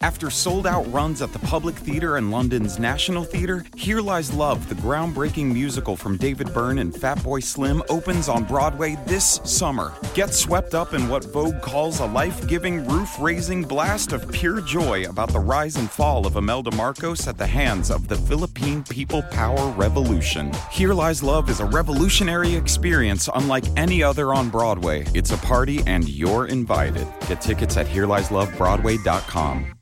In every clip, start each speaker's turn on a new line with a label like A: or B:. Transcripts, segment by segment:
A: After sold out runs at the Public Theatre and London's National Theatre, Here Lies Love, the groundbreaking musical from David Byrne and Fatboy Slim, opens on Broadway this summer. Get swept up in what Vogue calls a life giving, roof raising blast of pure joy about the rise and fall of Imelda Marcos at the hands of the Philippine People Power Revolution. Here Lies Love is a revolutionary experience unlike any other on Broadway. It's a party, and you're invited. Get tickets at HereLiesLoveBroadway.com.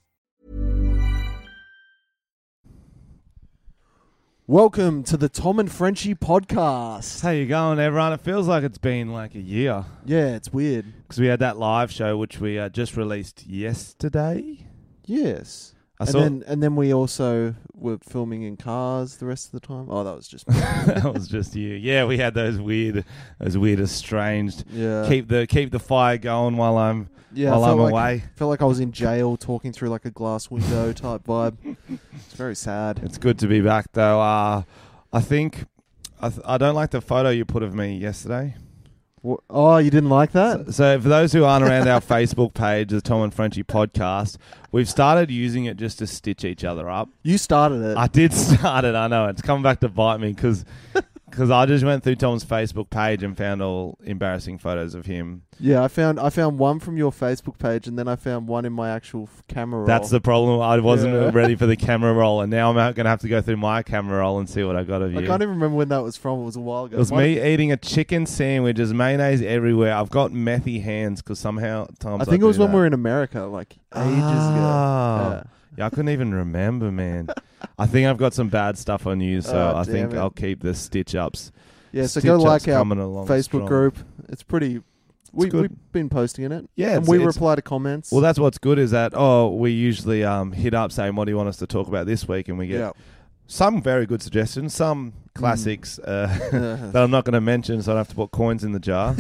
B: Welcome to the Tom and Frenchie podcast.
C: How you going, everyone? It feels like it's been like a year
B: Yeah, it's weird.
C: because we had that live show which we uh, just released yesterday.
B: Yes.
C: I
B: and
C: saw
B: then and then we also were filming in cars the rest of the time. Oh, that was just
C: that was just you. Yeah, we had those weird, those weird estranged.
B: yeah.
C: Keep the keep the fire going while I'm
B: Uh, yeah, I
C: while I'm
B: felt like,
C: away.
B: Felt like I was in jail, talking through like a glass window type vibe. It's very sad.
C: It's good to be back though. Uh, I think I, th- I don't like the photo you put of me yesterday.
B: Wha- Oh, you didn't like that?
C: So, for those who aren't around our Facebook page, the Tom and Frenchie podcast, we've started using it just to stitch each other up.
B: You started it.
C: I did start it. I know it's come back to bite me because I just went through Tom's Facebook page and found all embarrassing photos of him.
B: yeah, I found I found one from your Facebook page, and then I found one in my actual f- camera. roll.
C: That's the problem. I wasn't
B: Yeah.
C: ready for the camera roll, and now I'm going to have to go through my camera roll and see what I got of
B: I
C: you.
B: can't even remember when that was from. It was a while ago.
C: it was
B: One-
C: me eating a chicken sandwich. There's mayonnaise everywhere. I've got methy hands because somehow Tom's.
B: I think it was when we were in America, like ages
C: Ah.
B: ago. Yeah.
C: Yeah, I couldn't even remember, man. I think I've got some bad stuff on you, so
B: Oh,
C: I think
B: damn it.
C: I'll keep the stitch ups.
B: Yeah, so
C: Stitch
B: go
C: Up's
B: like our
C: coming along
B: Facebook
C: strong.
B: group. It's pretty. We,
C: good.
B: we've been posting in it.
C: Yeah,
B: and
C: it's-
B: we
C: it's-
B: reply to comments.
C: Well, that's what's good is that oh, we usually um, hit up saying what do you want us to talk about this week, and we get
B: yeah. Mm.
C: some very good suggestions, some classics uh,
B: Uh,
C: that I'm not going to mention, so I don't have to put coins in the jar.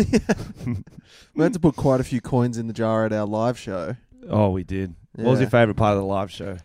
B: we had to put quite a few coins in the jar at our live show.
C: oh, we did. What was
B: Yeah.
C: your favorite part of the live show?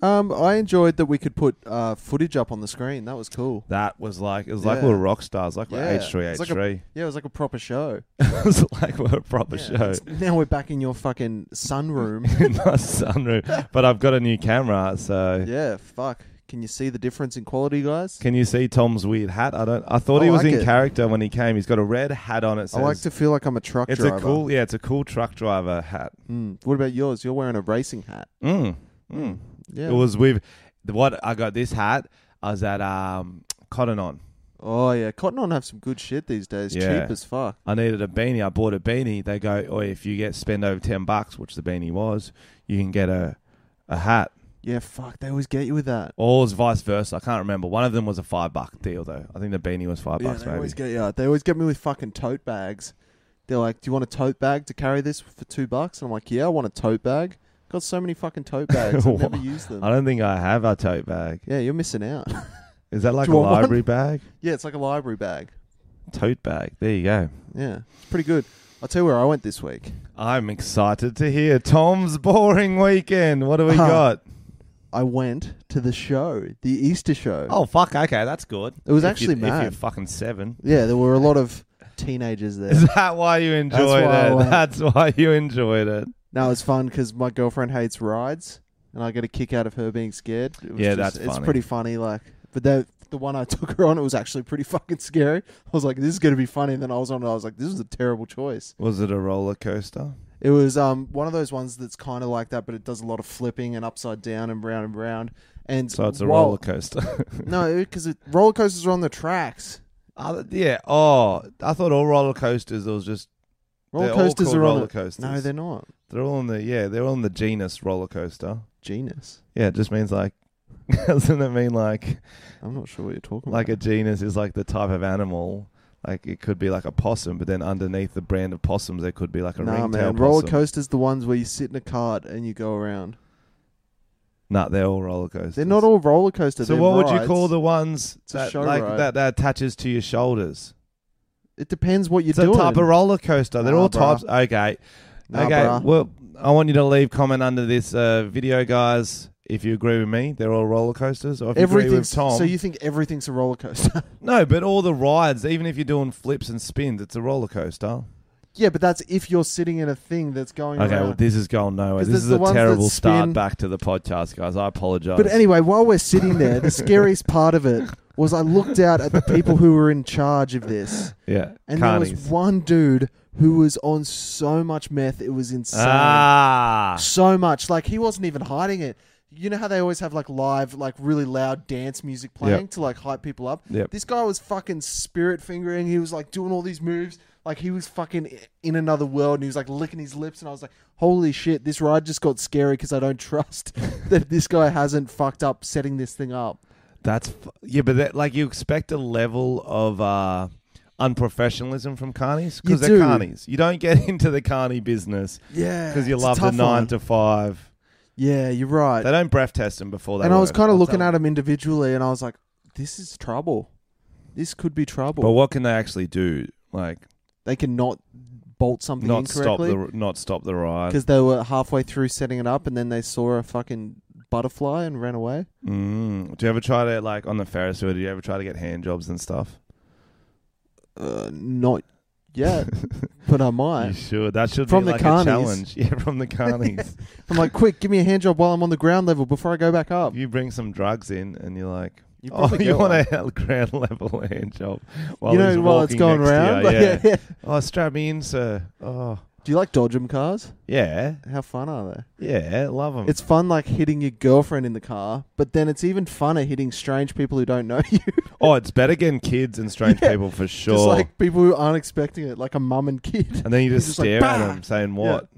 B: Um, I enjoyed that we could put uh, footage up on the screen. That was cool.
C: That was like it was like
B: Yeah.
C: we were rock stars, like
B: Yeah.
C: we're H three
B: It's
C: H
B: like a-
C: three.
B: Yeah, it was like a proper show.
C: It was like we we're a proper
B: Yeah,
C: show.
B: it's- Now we're back in your fucking sunroom.
C: in my sunroom, but I've got a new camera, so
B: yeah, fuck. Can you see the difference in quality, guys?
C: can you see Tom's weird hat? I don't. I thought
B: I
C: he was
B: like
C: in
B: it.
C: character when he came. He's got a red hat on. It says
B: I like to feel like I'm a truck
C: it's
B: driver.
C: a cool, yeah, it's a cool truck driver hat.
B: Mm. What about yours? You're wearing a racing hat.
C: Mm. Mm.
B: Yeah.
C: It was with what I got this hat. I was at um, Cotton On.
B: oh yeah, Cotton On have some good shit these days.
C: Yeah.
B: Cheap as fuck.
C: I needed a beanie. I bought a beanie. They go, oh, if you get spend over ten bucks, which the beanie was, you can get a a hat.
B: Yeah, fuck. They always get you with that.
C: Or it was vice versa. I can't remember. One of them was a five buck deal though. I think the beanie was five
B: yeah,
C: bucks
B: they
C: maybe.
B: always get yeah. They always get me with fucking tote bags. They're like, "Do you want a tote bag to carry this for two bucks?" And I'm like, "Yeah, I want a tote bag. Got so many fucking tote bags. I never
C: What?
B: use them.
C: I don't think I have a tote bag.
B: Yeah, you're missing out.
C: Is that like
B: Do
C: a
B: you want one?
C: library bag?
B: yeah, it's like a library bag.
C: Tote bag. There you go.
B: Yeah, it's pretty good. I'll tell you where I went this week.
C: I'm excited to hear Tom's boring weekend. What do we
B: Huh.
C: got?
B: I went to the show, the Easter show.
C: Oh fuck. Okay, that's good.
B: It was
C: If
B: actually
C: you, If
B: mad.
C: you're fucking seven.
B: Yeah, there were a lot of teenagers there.
C: Is that why you enjoyed
B: why I
C: it?
B: went.
C: That's why you enjoyed it.
B: No, it's fun because my girlfriend hates rides, and I get a kick out of her being scared. It was
C: Yeah,
B: just-
C: that's
B: it's
C: funny.
B: pretty funny. Like, but the the one I took her on, it was actually pretty fucking scary. I was like, this is gonna be funny. And then I was on it. I was like, this is a terrible choice.
C: Was it a roller coaster?
B: It was um one of those ones that's kind of like that, but it does a lot of flipping and upside down and round and round. And
C: So it's a
B: while-
C: roller coaster.
B: No, because roller coasters are on the tracks.
C: Uh, yeah. Oh, I thought all roller coasters. It was just
B: Roller
C: They're all
B: coasters
C: called
B: are on
C: roller
B: the-
C: coasters.
B: No, they're not.
C: they're all in the yeah. They're all in the genus roller coaster.
B: Genus.
C: Yeah, it just means like. Doesn't it mean like
B: I'm not sure what you're talking
C: like a
B: about.
C: genus is like the type of animal? Like it could be like a possum, but then underneath the brand of possums, there could be like a
B: nah,
C: ringtail
B: man.
C: possum.
B: Roller coasters the ones where you sit in a cart and you go around.
C: Nah, they're all roller coasters.
B: They're not all roller coasters.
C: So
B: they're
C: what would you
B: rides.
C: call the ones
B: It's a
C: that
B: show
C: like
B: ride.
C: that, that attaches to your shoulders?
B: It depends what you're
C: it's
B: doing.
C: a type of roller coaster. They're
B: Nah,
C: all
B: bruh.
C: types. Okay,
B: Nah,
C: okay.
B: bruh.
C: Well, I want you to leave comment under this uh, video, guys. If you agree with me, they're all roller coasters. Or if you agree with
B: everything's
C: Tom,
B: so you think everything's a roller coaster? Oh,
C: no, but all the rides, even if you're doing flips and spins, it's a roller coaster.
B: Yeah, but that's if you're sitting in a thing that's going
C: Okay,
B: around.
C: well, this is going nowhere.
B: 'Cause
C: This
B: there's
C: is
B: the
C: a
B: ones
C: terrible
B: that
C: start
B: spin-
C: back to the podcast, guys. I apologize.
B: But anyway, while we're sitting there, the scariest part of it was I looked out at the people who were in charge of this,
C: yeah,
B: and there
C: carnies.
B: was one dude who was on so much meth it was insane.
C: ah,
B: So much, like he wasn't even hiding it. You know how they always have like live, like really loud dance music playing to like hype people up.
C: Yep.
B: This guy was fucking spirit fingering. He was like doing all these moves, like he was fucking i- in another world, and he was like licking his lips. And I was like, "Holy shit, this ride just got scary." Because I don't trust that this guy hasn't fucked up setting this thing up.
C: that's f- yeah. But that, like, you expect a level of uh, unprofessionalism from carnies
B: You
C: because they're
B: do.
C: carnies. You don't get into the carny business
B: Yeah,
C: because you love the nine to five.
B: Yeah, you're right.
C: They don't breath test them before they.
B: and I was
C: work.
B: kind of
C: I'll
B: looking
C: tell
B: at him individually, and I was like, "This is trouble. This could be trouble."
C: But what can they actually do? Like,
B: they can not bolt something
C: not stop
B: incorrectly
C: the not stop the ride.
B: because they were halfway through setting it up and then they saw a fucking butterfly and ran away.
C: Mm. Do you ever try to like on the Ferris wheel? Do you ever try to get hand jobs and stuff?
B: Uh, not yet, but I
C: You
B: might.
C: should. That should
B: From
C: be
B: the
C: like
B: carnies.
C: a challenge. Yeah, from the carnies.
B: I'm like, quick, give me a hand job while I'm on the ground level before I go back up.
C: you bring some drugs in, and you're like,
B: You
C: oh,
B: probably
C: you
B: get
C: want
B: one."
C: a ground level hand job? While
B: You
C: he's
B: know, while it's
C: walking
B: going
C: next to
B: around.
C: you,
B: Like,
C: yeah.
B: yeah, yeah.
C: Oh, strap me in, sir. Oh,
B: Do you like Dodgem cars?
C: yeah,
B: How fun are they?
C: yeah, love them.
B: It's fun like hitting your girlfriend in the car, but then it's even funner hitting strange people who don't know you.
C: oh, it's better getting kids and strange
B: Yeah.
C: people for sure.
B: Just like people who aren't expecting it, like a mum and kid.
C: and then you just,
B: just like,
C: stare at
B: "Bah!"
C: them, saying what?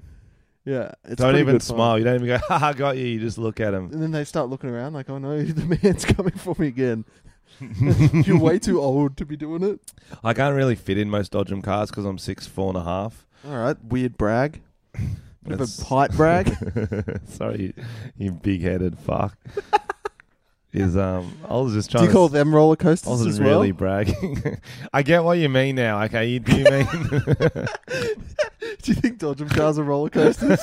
B: Yeah, it's
C: don't
B: pretty
C: even
B: good fun.
C: smile. You don't even go, ha ha, got you. You just look at them.
B: And then they start looking around like, oh no, the man's coming for me again. You're way too old to be doing it.
C: I can't really fit in most Dodgem cars because I'm six four and a half.
B: All right, weird brag. Bit
C: That's-
B: of a pipe brag.
C: Sorry, you, you big headed fuck. Is um, I was just
B: Do
C: trying.
B: you
C: to
B: call them roller
C: I
B: coasters
C: wasn't
B: as well?
C: really bragging. I get what you mean now. Okay, you do mean.
B: Do you think Dodgem cars are roller coasters?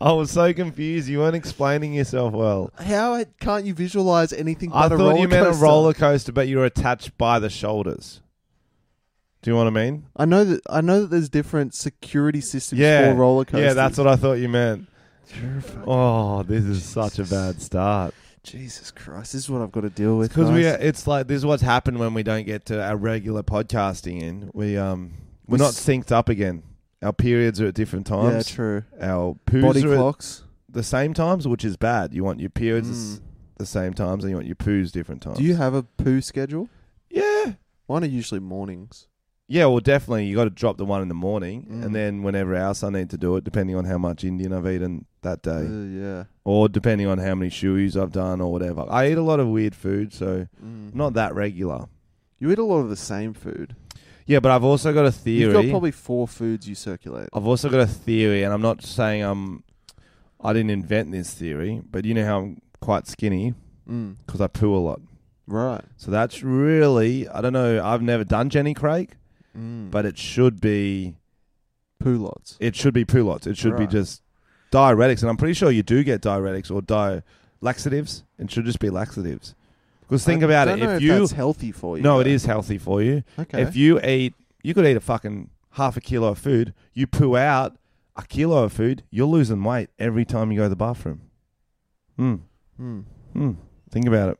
C: I was so confused. You weren't explaining yourself well.
B: How it- can't you visualize anything
C: I
B: but a
C: thought
B: roller
C: you meant
B: coaster?
C: a roller coaster, but you were attached by the shoulders. Do you know what I mean?
B: I know that I know that there's different security systems
C: Yeah,
B: for roller coasters.
C: Yeah, that's what I thought you meant.
B: You're a fuck-
C: Oh, this is such a bad start.
B: Jesus Christ, this is what I've got to deal with.
C: because we
B: guys.
C: it's like this is what's happened when we don't get to our regular podcasting in we um we're
B: We
C: not
B: s-
C: synced up again our periods are at different
B: yeah,
C: times
B: true.
C: our poos
B: Body
C: are at
B: clocks.
C: the same times which is bad you want your periods
B: Mm.
C: at s- the same times and you want your poos different times
B: Do you have a poo schedule?
C: yeah
B: Mine are usually mornings.
C: yeah well definitely you got to drop the one in the morning
B: Mm.
C: and then whenever else i need to do it depending on how much indian i've eaten that day
B: Uh, yeah.
C: or depending on how many shoes i've done or whatever i eat a lot of weird food so
B: Mm.
C: not that regular
B: You eat a lot of the same food.
C: yeah but i've also got a theory
B: You've got probably four foods you circulate.
C: I've also got a theory, and I'm not saying I'm. I didn't invent this theory, but you know how I'm quite skinny
B: Mm.
C: because I poo a lot.
B: Right.
C: So that's really I don't know. I've never done Jenny Craig,
B: Mm.
C: but it should be
B: poo lots.
C: it should be poo lots. It should
B: Right.
C: be just diuretics, and I'm pretty sure you do get diuretics or di laxatives. It should just be laxatives. Because think
B: I
C: about
B: don't
C: it.
B: know
C: If you
B: that's healthy for you.
C: no, it
B: though.
C: is healthy for you.
B: Okay.
C: If you eat, you could eat a fucking half a kilo of food. You poo out a kilo of food, you're losing weight every time you go to the bathroom. Hmm.
B: Mm.
C: Hmm. Think about it.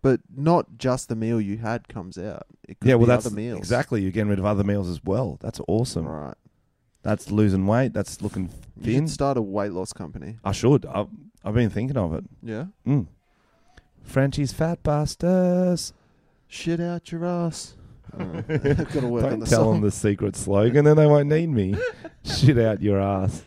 B: But not just the meal you had comes out. It could
C: yeah. Well,
B: be
C: that's
B: other meals.
C: exactly. You're getting rid of other meals as well. That's awesome.
B: Right.
C: That's losing weight. That's looking
B: You
C: thin.
B: should start a weight loss company.
C: I should. I've, I've been thinking of it.
B: Yeah.
C: Hmm. Frenchie's fat bastards.
B: Shit out your ass. I don't know. I've got to work
C: Don't
B: on the
C: tell them
B: song
C: the secret slogan, and they won't need me. Shit out your ass.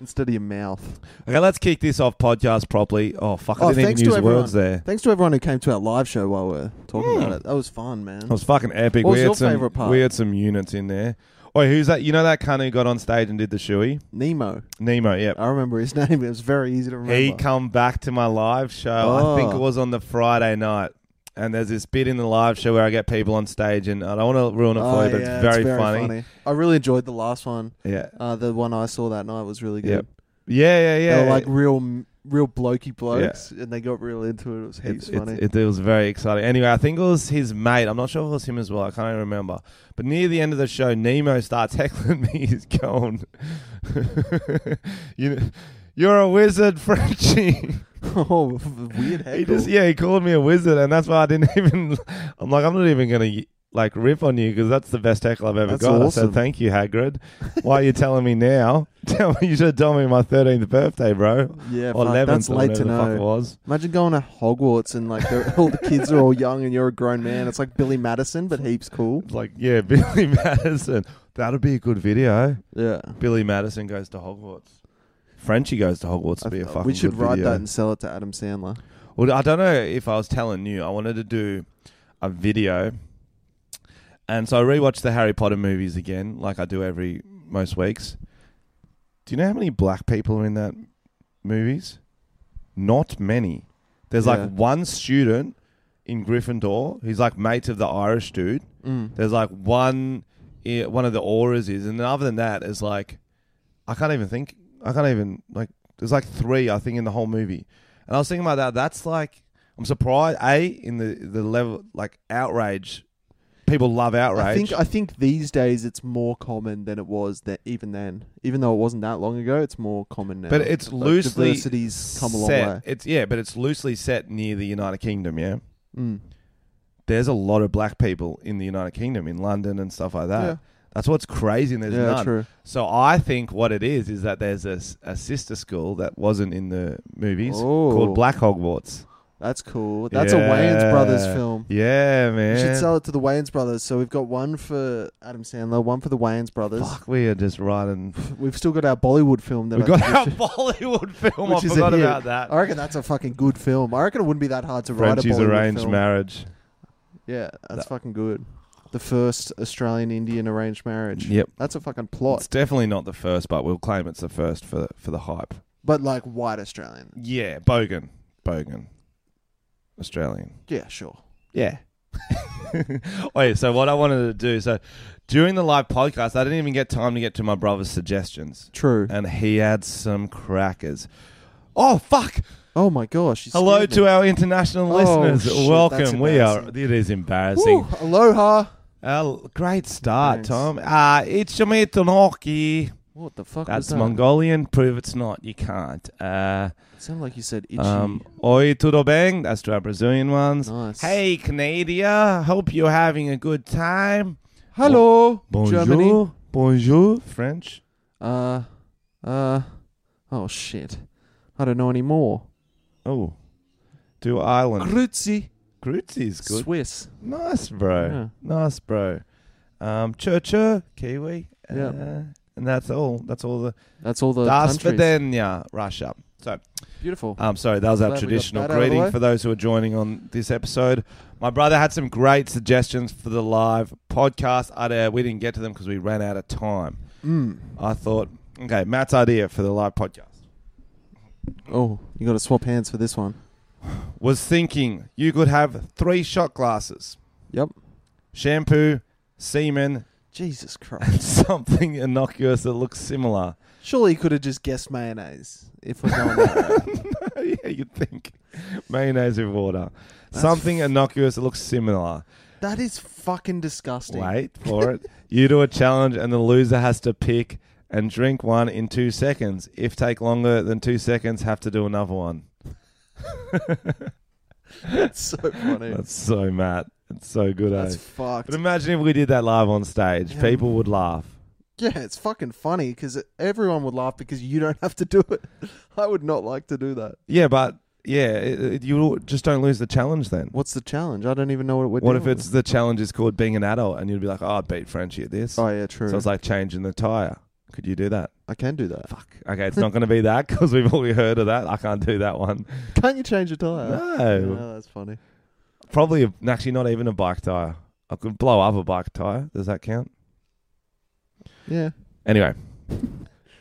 B: instead of your mouth.
C: Okay, let's kick this off podcast properly. Oh fuck,
B: Oh,
C: I didn't
B: thanks to
C: even use
B: everyone.
C: words there.
B: Thanks to everyone who came to our live show while we're talking
C: Hmm.
B: about it. That was fun, man.
C: It was fucking epic.
B: What
C: we
B: was
C: had
B: your
C: some,
B: favourite part?
C: We had some units in there. Oh, who's that? You know that cunt who got on stage and did the shoey?
B: Nemo.
C: Nemo, yep.
B: I remember his name. It was very easy to remember.
C: He come back to my live show. I think it
B: Oh.
C: was on the Friday night. And there's this bit in the live show where I get people on stage, and I don't want to ruin it for
B: Oh,
C: you, but
B: yeah,
C: it's very, funny.
B: I really enjoyed the last one.
C: Yeah,
B: Uh, the one I saw that night was really good.
C: Yep. yeah, yeah,
B: They
C: yeah.
B: were like real, m- real blokey blokes, and they got real into it. It was heaps
C: It, it,
B: funny.
C: it, it was very exciting. Anyway, I think it was his mate. I'm not sure if it was him as well. I can't even remember. But near the end of the show, Nemo starts heckling me. He's going, you, You're a wizard, Frenchie.
B: oh, weird heckle.
C: He just, yeah, he called me a wizard. And that's why I didn't even. I'm like, I'm not even going to. Like rip on you because that's the best heckle I've ever
B: That's
C: got. I
B: awesome.
C: said, "Thank you, Hagrid." Why are you telling me now? Tell me you should have told me my thirteenth birthday, bro,
B: Yeah, fuck,
C: or eleventh,
B: that's
C: or
B: late
C: whatever
B: to
C: the fuck it
B: know.
C: was.
B: Imagine going to Hogwarts and like they're- all the kids are all young and you're a grown man. It's like Billy Madison, but heaps cool.
C: It's like, yeah, Billy Madison. That'd be a good video.
B: Yeah,
C: Billy Madison goes to Hogwarts. Frenchie goes to Hogwarts to be a fucking.
B: we should
C: good
B: write
C: video.
B: that and sell it to Adam Sandler.
C: Well, I don't know if I was telling you. I wanted to do a video, and so I rewatched the Harry Potter movies again, like I do every most weeks. Do you know how many black people are in that movies? Not many. There's
B: Yeah.
C: like one student in Gryffindor who's like mates of the Irish dude.
B: Mm.
C: There's like one, i- one of the auras is, and then other than that, it's like, I can't even think. I can't even like. There's like three, I think, in the whole movie, and I was thinking about that. That's like, I'm surprised. A in the the level like outrage, people love outrage.
B: I think I think these days it's more common than it was that even then. Even though it wasn't that long ago, it's more common now.
C: but it's
B: Like,
C: loosely
B: diversity's come a long
C: set.
B: way.
C: It's yeah, but it's loosely set near the United Kingdom. Yeah,
B: Mm.
C: there's a lot of black people in the United Kingdom, in London and stuff like that.
B: Yeah.
C: That's what's crazy, and there's
B: yeah,
C: none.
B: true.
C: So I think what it is is that there's a, s- a sister school that wasn't in the movies
B: Oh.
C: called Black Hogwarts.
B: That's cool. That's a Wayans
C: Yeah.
B: brothers film.
C: Yeah, man.
B: We should sell it to the Wayans brothers. So we've got one for Adam Sandler, one for the Wayans brothers.
C: Fuck, we are just writing.
B: We've still got our Bollywood film. That
C: We
B: I
C: got
B: think
C: our
B: should-
C: Bollywood film.
B: Which
C: I
B: is a
C: forgot
B: hit.
C: about that.
B: I reckon that's a fucking good film. I reckon it wouldn't be that hard to write
C: Frenchie's
B: a Bollywood
C: arranged
B: film.
C: marriage.
B: Yeah, that's fucking good. The first Australian Indian arranged marriage.
C: Yep.
B: That's a fucking plot,
C: It's definitely not the first, but we'll claim it's the first for for the hype.
B: but like white Australian.
C: Yeah, Bogan, Bogan, Australian.
B: Yeah, sure.
C: Yeah. Wait, so what I wanted to do, so during the live podcast, I didn't even get time to get to my brother's suggestions.
B: True.
C: And he had some crackers. Oh, fuck.
B: Oh my gosh. you
C: Hello
B: scared
C: to
B: me.
C: our international
B: Oh,
C: listeners.
B: shit, that's
C: Welcome. We are.
B: embarrassing.
C: It is
B: Woo,
C: embarrassing.
B: aloha.
C: Uh, great start,
B: Thanks.
C: Tom. Uh, it's your mate on hockey.
B: What the fuck was
C: That's
B: that?
C: Mongolian. Prove it's not. You can't. Uh,
B: It sounded like you said itchy.
C: um, Oi, tudo bem? That's to our Brazilian ones.
B: nice.
C: Hey, Canada. Hope you're having a good time. Oh,
B: Hello.
C: Bonjour.
B: Germany.
C: Bonjour. French.
B: Uh. Uh. Oh shit. I don't know anymore.
C: Oh. To Ireland.
B: Grüezi.
C: Grüezi is good. Oh.
B: Swiss.
C: Nice, bro.
B: Yeah.
C: Nice, bro. Um, chur chur, Kiwi.
B: Yeah.
C: Uh, and that's all. That's all the.
B: That's all the
C: Das
B: countries.
C: Vidania, Russia. So,
B: Beautiful.
C: I'm sorry, that was our
B: Glad we got
C: traditional
B: that out of the way.
C: greeting for those who are joining on this episode. My brother had some great suggestions for the live podcast. I, uh, we didn't get to them because we ran out of time.
B: Mm.
C: I thought, okay, Matt's idea for the live podcast.
B: Oh, you got to swap hands for this one.
C: was thinking you could have three shot glasses
B: Yep.
C: shampoo, semen,
B: Jesus Christ.
C: and something innocuous that looks similar.
B: Surely you could have just guessed mayonnaise if we're going that route.
C: yeah, you'd think. Mayonnaise with water.
B: That's
C: something
B: f-
C: innocuous that looks similar.
B: That is fucking disgusting.
C: Wait for it. You do a challenge, and the loser has to pick and drink one in two seconds. If take longer than two seconds, have to do another one.
B: That's so funny.
C: That's so mad. It's so good,
B: That's
C: eh?
B: fucked.
C: But imagine if we did that live on stage.
B: Yeah.
C: People would laugh.
B: Yeah, it's fucking funny because everyone would laugh because you don't have to do it. I would not like to do that.
C: Yeah, but yeah, it, it- you just don't lose the challenge then.
B: What's the challenge? I don't even know what we're
C: What if
B: dealing
C: it's the challenge is called being an adult, and you'd be like, "Oh, I beat Frenchie at this."
B: with. Oh, yeah, true.
C: So it's like changing the tire. Could you do that?
B: I can do that.
C: Fuck. Okay, it's not going to be that because we've already heard of that. I can't do that one.
B: Can't you change your tire?
C: No.
B: No, that's funny.
C: Probably a, actually not even a bike tire. I could blow up a bike tire. Does that count?
B: Yeah.
C: Anyway,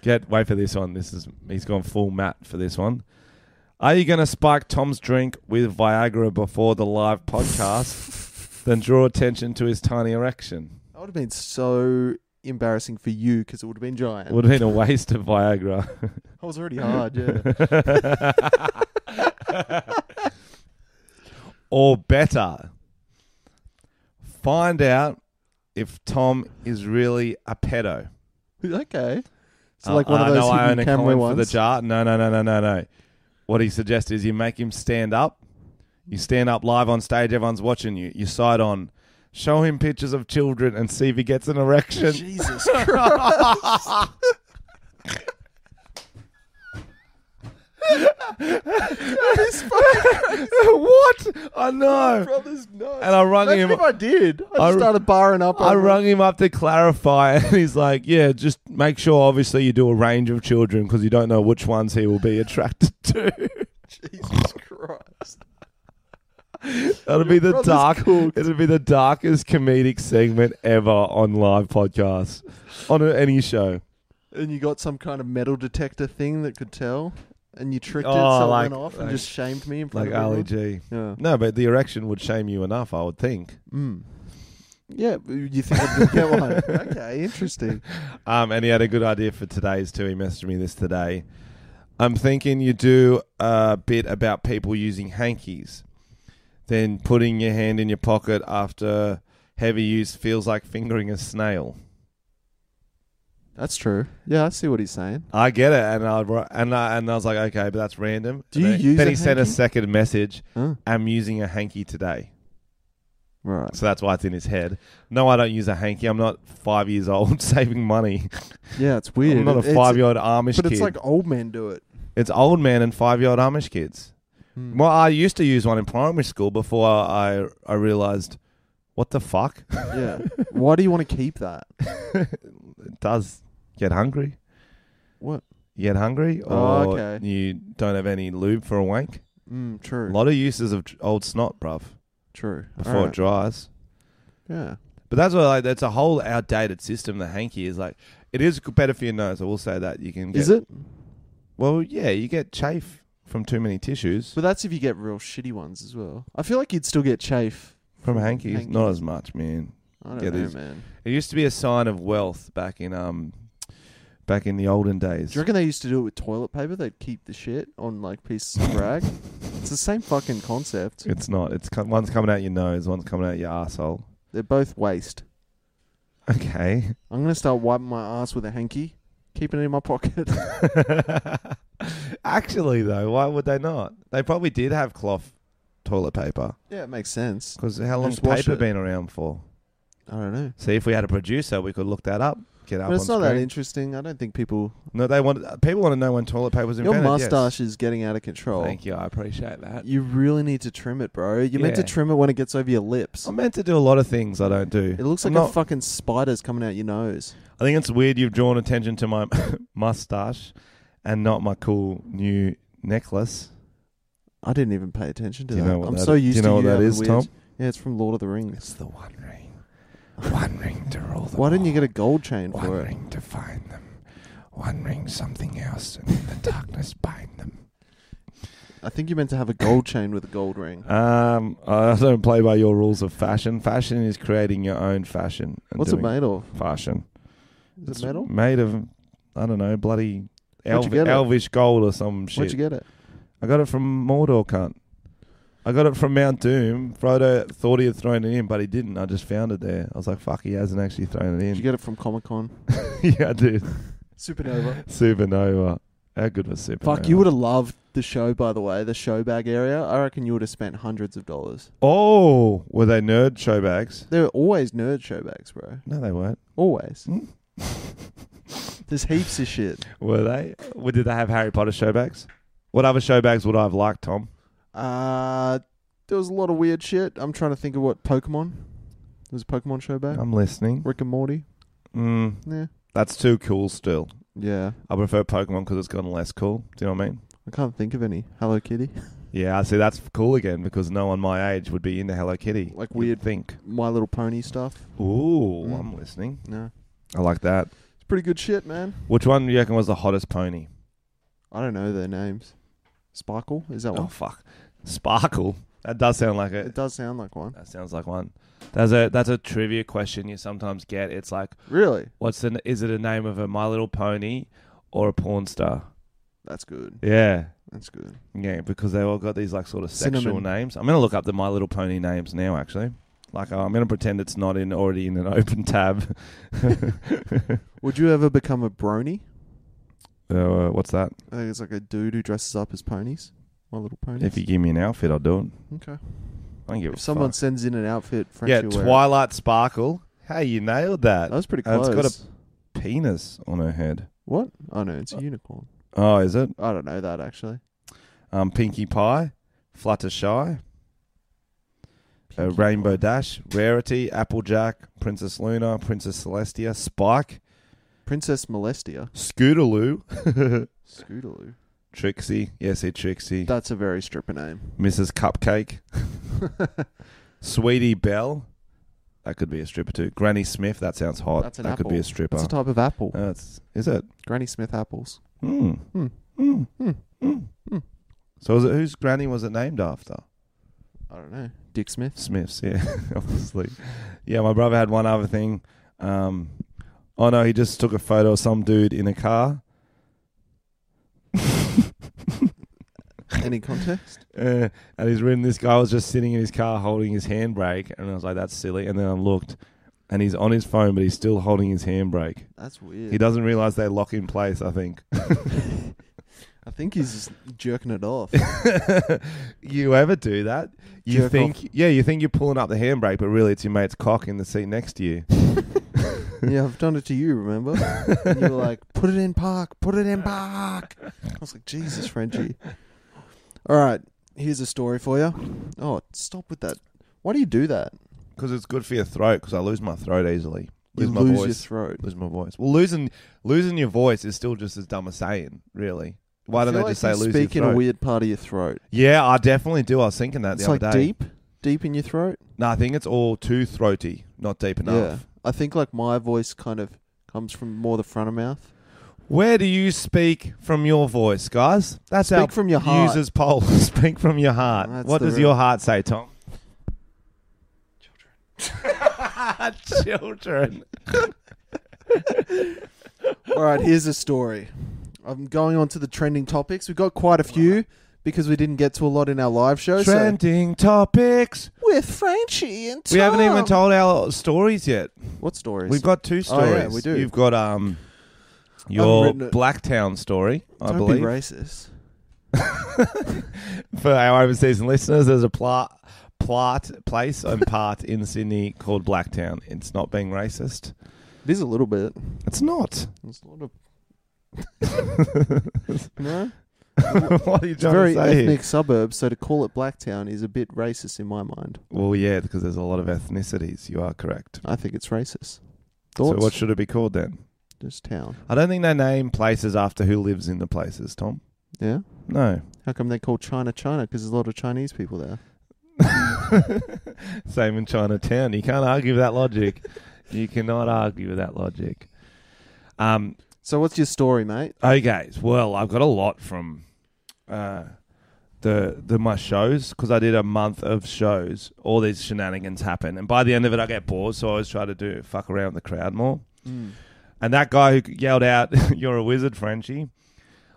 C: get wait for this one. This is he's gone full Matt for this one. Are you going to spike Tom's drink with Viagra before the live podcast, then draw attention to his tiny erection?
B: That would have been so embarrassing for you because it would have been giant.
C: Would have been a waste of Viagra.
B: I was already hard, yeah.
C: or better, find out if Tom is really a pedo.
B: okay. So
C: Uh,
B: like one
C: uh,
B: of those
C: no, I own
B: hidden
C: a
B: camera
C: coin for
B: ones.
C: the jar. No, no, no, no, no, no. What he suggests is you make him stand up. You stand up live on stage. Everyone's watching you. You side on. Show him pictures of children and see if he gets an erection.
B: Jesus Christ.
C: what? I know.
B: Brothers, no.
C: And I rung
B: Imagine if
C: him.
B: I did. I,
C: I-
B: just started barring up.
C: I
B: over-
C: rung him up to clarify, and he's like, "Yeah, just make sure. Obviously, you do a range of children because you don't know which ones he will be attracted to.
B: Jesus Christ.
C: That'll be the
B: brother's
C: dark.
B: cooked.
C: It'll be the darkest comedic segment ever on live podcasts on a- any show.
B: And you got some kind of metal detector thing that could tell, and you tricked it,
C: Oh,
B: so it
C: like-
B: went off,
C: like-
B: and just shamed me in front
C: Like
B: of
C: Ali
B: everyone.
C: G.
B: Yeah.
C: No, but the erection would shame you enough, I would think.
B: Mm. Yeah, but you think I did get one? Okay, interesting.
C: Um, and he had a good idea for today's too. He messaged me this today. I'm thinking you do a bit about people using hankies, then putting your hand in your pocket after heavy use feels like fingering a snail.
B: That's true. Yeah, I see what he's saying.
C: I get it, and I wr- and I, and I was like, okay, but that's random.
B: Do
C: And
B: you
C: then,
B: use
C: Then
B: a
C: he sent a
B: hanky?
C: second message.
B: Huh.
C: I'm using a hanky today,
B: Right.
C: so that's why it's in his head. No, I don't use a hanky. I'm not five years old saving money.
B: Yeah, it's weird.
C: I'm not a
B: It's-
C: five year old Amish
B: But
C: kid.
B: it's like old men do it.
C: It's old man and five year old Amish kids.
B: Hmm.
C: Well, I used to use one in primary school before I I realized what the fuck
B: Yeah. Why do you want to keep that?
C: it does get hungry.
B: What?
C: You get hungry, or
B: Oh, okay.
C: you don't have any lube for a wank.
B: Mm,
C: A
B: true.
C: lot of uses of tr- old snot, bruv,
B: true.
C: before
B: All
C: it
B: right.
C: dries.
B: Yeah.
C: But that's what like that's a whole outdated system. The hanky is like it is better for your nose. I will say that you can. Get,
B: Is it?
C: Well, yeah, you get chafe from too many tissues
B: But that's if you get real shitty ones as well. I feel like you'd still get chafe.
C: from hankies. Not as much, man.
B: I don't
C: Yeah,
B: know,
C: these-
B: man.
C: It used to be a sign of wealth back in um back in the olden days.
B: Do you reckon they used to do it with toilet paper? They'd keep the shit on like pieces of rag. it's the same fucking concept.
C: It's not. It's co- one's coming out your nose, one's coming out your asshole.
B: They're both waste.
C: Okay.
B: I'm gonna start wiping my ass with a hanky, keeping it in my pocket.
C: Actually, though, why would they not? They probably did have cloth toilet paper
B: yeah, it makes sense.
C: because how long's
B: Just wash
C: paper
B: it.
C: been around for?
B: I don't know,
C: See, if we had a producer, we could look that up. Get up
B: but it's
C: on
B: not that
C: screen.
B: interesting. I don't think people.
C: no, they want uh, people want to know when toilet paper was
B: Your
C: invented. yes.
B: mustache is getting out of control.
C: Thank you. I appreciate that.
B: You really need to trim it, bro. You're meant to
C: Yeah.
B: trim it when it gets over your lips.
C: I'm meant to do a lot of things I don't do.
B: It looks
C: I'm
B: like
C: not-
B: a fucking spider's coming out your nose.
C: I think it's weird you've drawn attention to my mustache and not my cool new necklace.
B: I didn't even pay attention to
C: Do you
B: that.
C: know what
B: I'm
C: that-
B: so
C: do you
B: used
C: know
B: to
C: what
B: you
C: that
B: having
C: is,
B: weird-
C: Tom?
B: Yeah, it's from Lord of the Rings.
C: It's the One Ring. One Ring to rule them.
B: Why didn't you
C: all.
B: get a gold chain
C: One
B: for it?
C: Ring to find them. One Ring something else, and in the darkness bind them.
B: I think you meant to have a gold chain with a gold ring.
C: Um, I don't play by your rules of fashion. Fashion is creating your own fashion. and
B: What's it
C: doing
B: made of?
C: Fashion.
B: Is it metal?
C: Made of, I don't know, bloody
B: Where'd
C: elv-
B: you get it?
C: elvish gold or some shit.
B: Where'd you get it?
C: I got it from Mordor, cunt. I got it from Mount Doom. Frodo thought he had thrown it in, but he didn't. I just found it there. I was like, fuck, he hasn't actually thrown it
B: Did you
C: in.
B: get it from Comic Con?
C: yeah, I did.
B: Supernova.
C: Supernova. How good was Supernova?
B: Fuck, you would have loved the show, by the way, the show bag area. I reckon you would have spent hundreds of dollars.
C: Oh, were they nerd show bags?
B: There are always nerd show bags, bro.
C: No, they weren't.
B: Always. There's heaps of shit.
C: Were they? Well, did they have Harry Potter show bags? What other show bags would I have liked, Tom?
B: Uh, there was a lot of weird shit. I'm trying to think of what Pokemon. There was a Pokemon show back.
C: I'm listening.
B: Rick and Morty.
C: Mm,
B: Yeah.
C: that's too cool still.
B: Yeah.
C: I prefer Pokemon because it's gotten less cool. Do you know what I mean?
B: I can't think of any. Hello Kitty.
C: Yeah, I see that's cool again because no one my age would be into Hello Kitty.
B: Like
C: You'd
B: weird-
C: think.
B: My Little Pony stuff.
C: Ooh,
B: Mm.
C: I'm listening.
B: No.
C: I like that.
B: It's pretty good shit, man.
C: Which one do you reckon was the hottest pony?
B: I don't know their names. Sparkle? Is that
C: Oh,
B: one?
C: fuck. Sparkle. That does sound like it.
B: It does sound like one.
C: That sounds like one. That's a that's a trivia question you sometimes get. It's like,
B: Really?
C: what's the is it a name of a My Little Pony or a porn star?
B: That's good.
C: Yeah,
B: That's good.
C: yeah, because they all got these like sort of sexual
B: Cinnamon.
C: names. I'm gonna look up the My Little Pony names now. Actually, like I'm gonna pretend it's not in already in an open tab.
B: Would you ever become a brony?
C: uh, what's that?
B: I think it's like a dude who dresses up as ponies. My little ponies.
C: If you give me an outfit, I'll do it.
B: okay.
C: I can give
B: If someone sends in an outfit, French
C: yeah,
B: will wear it.
C: Twilight Sparkle. Hey, you nailed that.
B: That was pretty
C: And
B: close.
C: it's got a- Penis on her head.
B: what? Oh no, it's a unicorn.
C: Oh, is it?
B: I don't know that actually.
C: Um, Pinkie Pie, Fluttershy, uh, Rainbow Dash, Rarity, Applejack, Princess Luna, Princess Celestia, Spike,
B: Princess Molestia.
C: Scootaloo,
B: Scootaloo.
C: Trixie. Yes, it's Trixie.
B: That's a very stripper name.
C: Mrs. Cupcake, Sweetie Belle. That could be a stripper too. Granny Smith. That sounds hot.
B: That's an
C: that could be
B: apple.
C: a stripper.
B: That's a type of apple.
C: Uh, it's- is it?
B: Granny Smith apples.
C: Hmm.
B: Hmm.
C: Hmm.
B: Hmm.
C: Hmm.
B: Hmm.
C: So was it whose granny was it named after?
B: I don't know. Dick Smith.
C: Smiths, yeah, obviously. Yeah, my brother had one other thing. Um, oh no, he just took a photo of some dude in a car.
B: Any context?
C: Uh, and he's written this guy was just sitting in his car holding his handbrake, and I was like, "That's silly." And then I looked, and he's on his phone, but he's still holding his handbrake.
B: That's weird.
C: He doesn't realize they lock in place. I think
B: I think he's just jerking it off.
C: you ever do that? You
B: Jerk
C: think, yeah, you think you're pulling up the handbrake, but really it's your mate's cock in the seat next to you.
B: yeah, I've done it to you, remember? And you were like, put it in park, put it in park. I was like, Jesus, Frenchie. All right, here's a story for you. Oh, stop with that. Why do you do that?
C: Because it's good for your throat. Because I lose my throat easily. Lose
B: you
C: my
B: lose
C: voice.
B: your throat.
C: lose my voice. Well, losing losing your voice is still just as dumb as saying. Really, why don't
B: I
C: they
B: feel
C: just
B: like
C: say
B: you
C: lose
B: speak
C: your
B: in
C: throat?
B: a weird part of your throat.
C: yeah, I definitely do. I was thinking that
B: It's
C: the
B: like
C: other day.
B: deep, deep in your throat.
C: No, I think it's all too throaty, not deep
B: Yeah,
C: enough.
B: I think like my voice kind of comes from more the front of mouth.
C: Where do you speak from your voice, guys? That's
B: Speak
C: our
B: from your heart.
C: users poll. speak from your heart.
B: That's
C: what
B: the
C: does
B: real-
C: your heart say, Tom? Children. Children.
B: All right, here's a story. I'm going on to the trending topics. We've got quite a few because we didn't get to a lot in our live show. so-
C: Trending topics.
B: with Frenchie and Tom.
C: We haven't even told our stories yet.
B: what stories.
C: We've got two
B: Oh,
C: stories.
B: yeah, we do.
C: You've got um your
B: written it.
C: Blacktown story, I
B: Don't
C: believe.
B: be racist.
C: For our overseas listeners, there's a plot, plot, place and part in Sydney called Blacktown. It's not being racist.
B: It is a little bit.
C: It's not.
B: It's a lot of. no,
C: what are you
B: it's a
C: trying
B: very
C: to say? here?
B: ethnic suburb, so to call it Blacktown is a bit racist in my mind.
C: Well, yeah, because there's a lot of ethnicities. You are correct.
B: I think it's racist. Thoughts?
C: So what should it be called then?
B: Just town.
C: I don't think they name places after who lives in the places, Tom.
B: Yeah.
C: No.
B: How come they call China China? Because there's a lot of Chinese people there.
C: Same in Chinatown. You can't argue with that logic. you cannot argue with that logic. Um,
B: So what's your story, mate?
C: okay, well, I've got a lot from uh, the the my shows because I did a month of shows. All these shenanigans happen, and by the end of it, I get bored. So I always try to do fuck around with the crowd more.
B: Mm.
C: And that guy who yelled out, "You're a wizard, Frenchie,"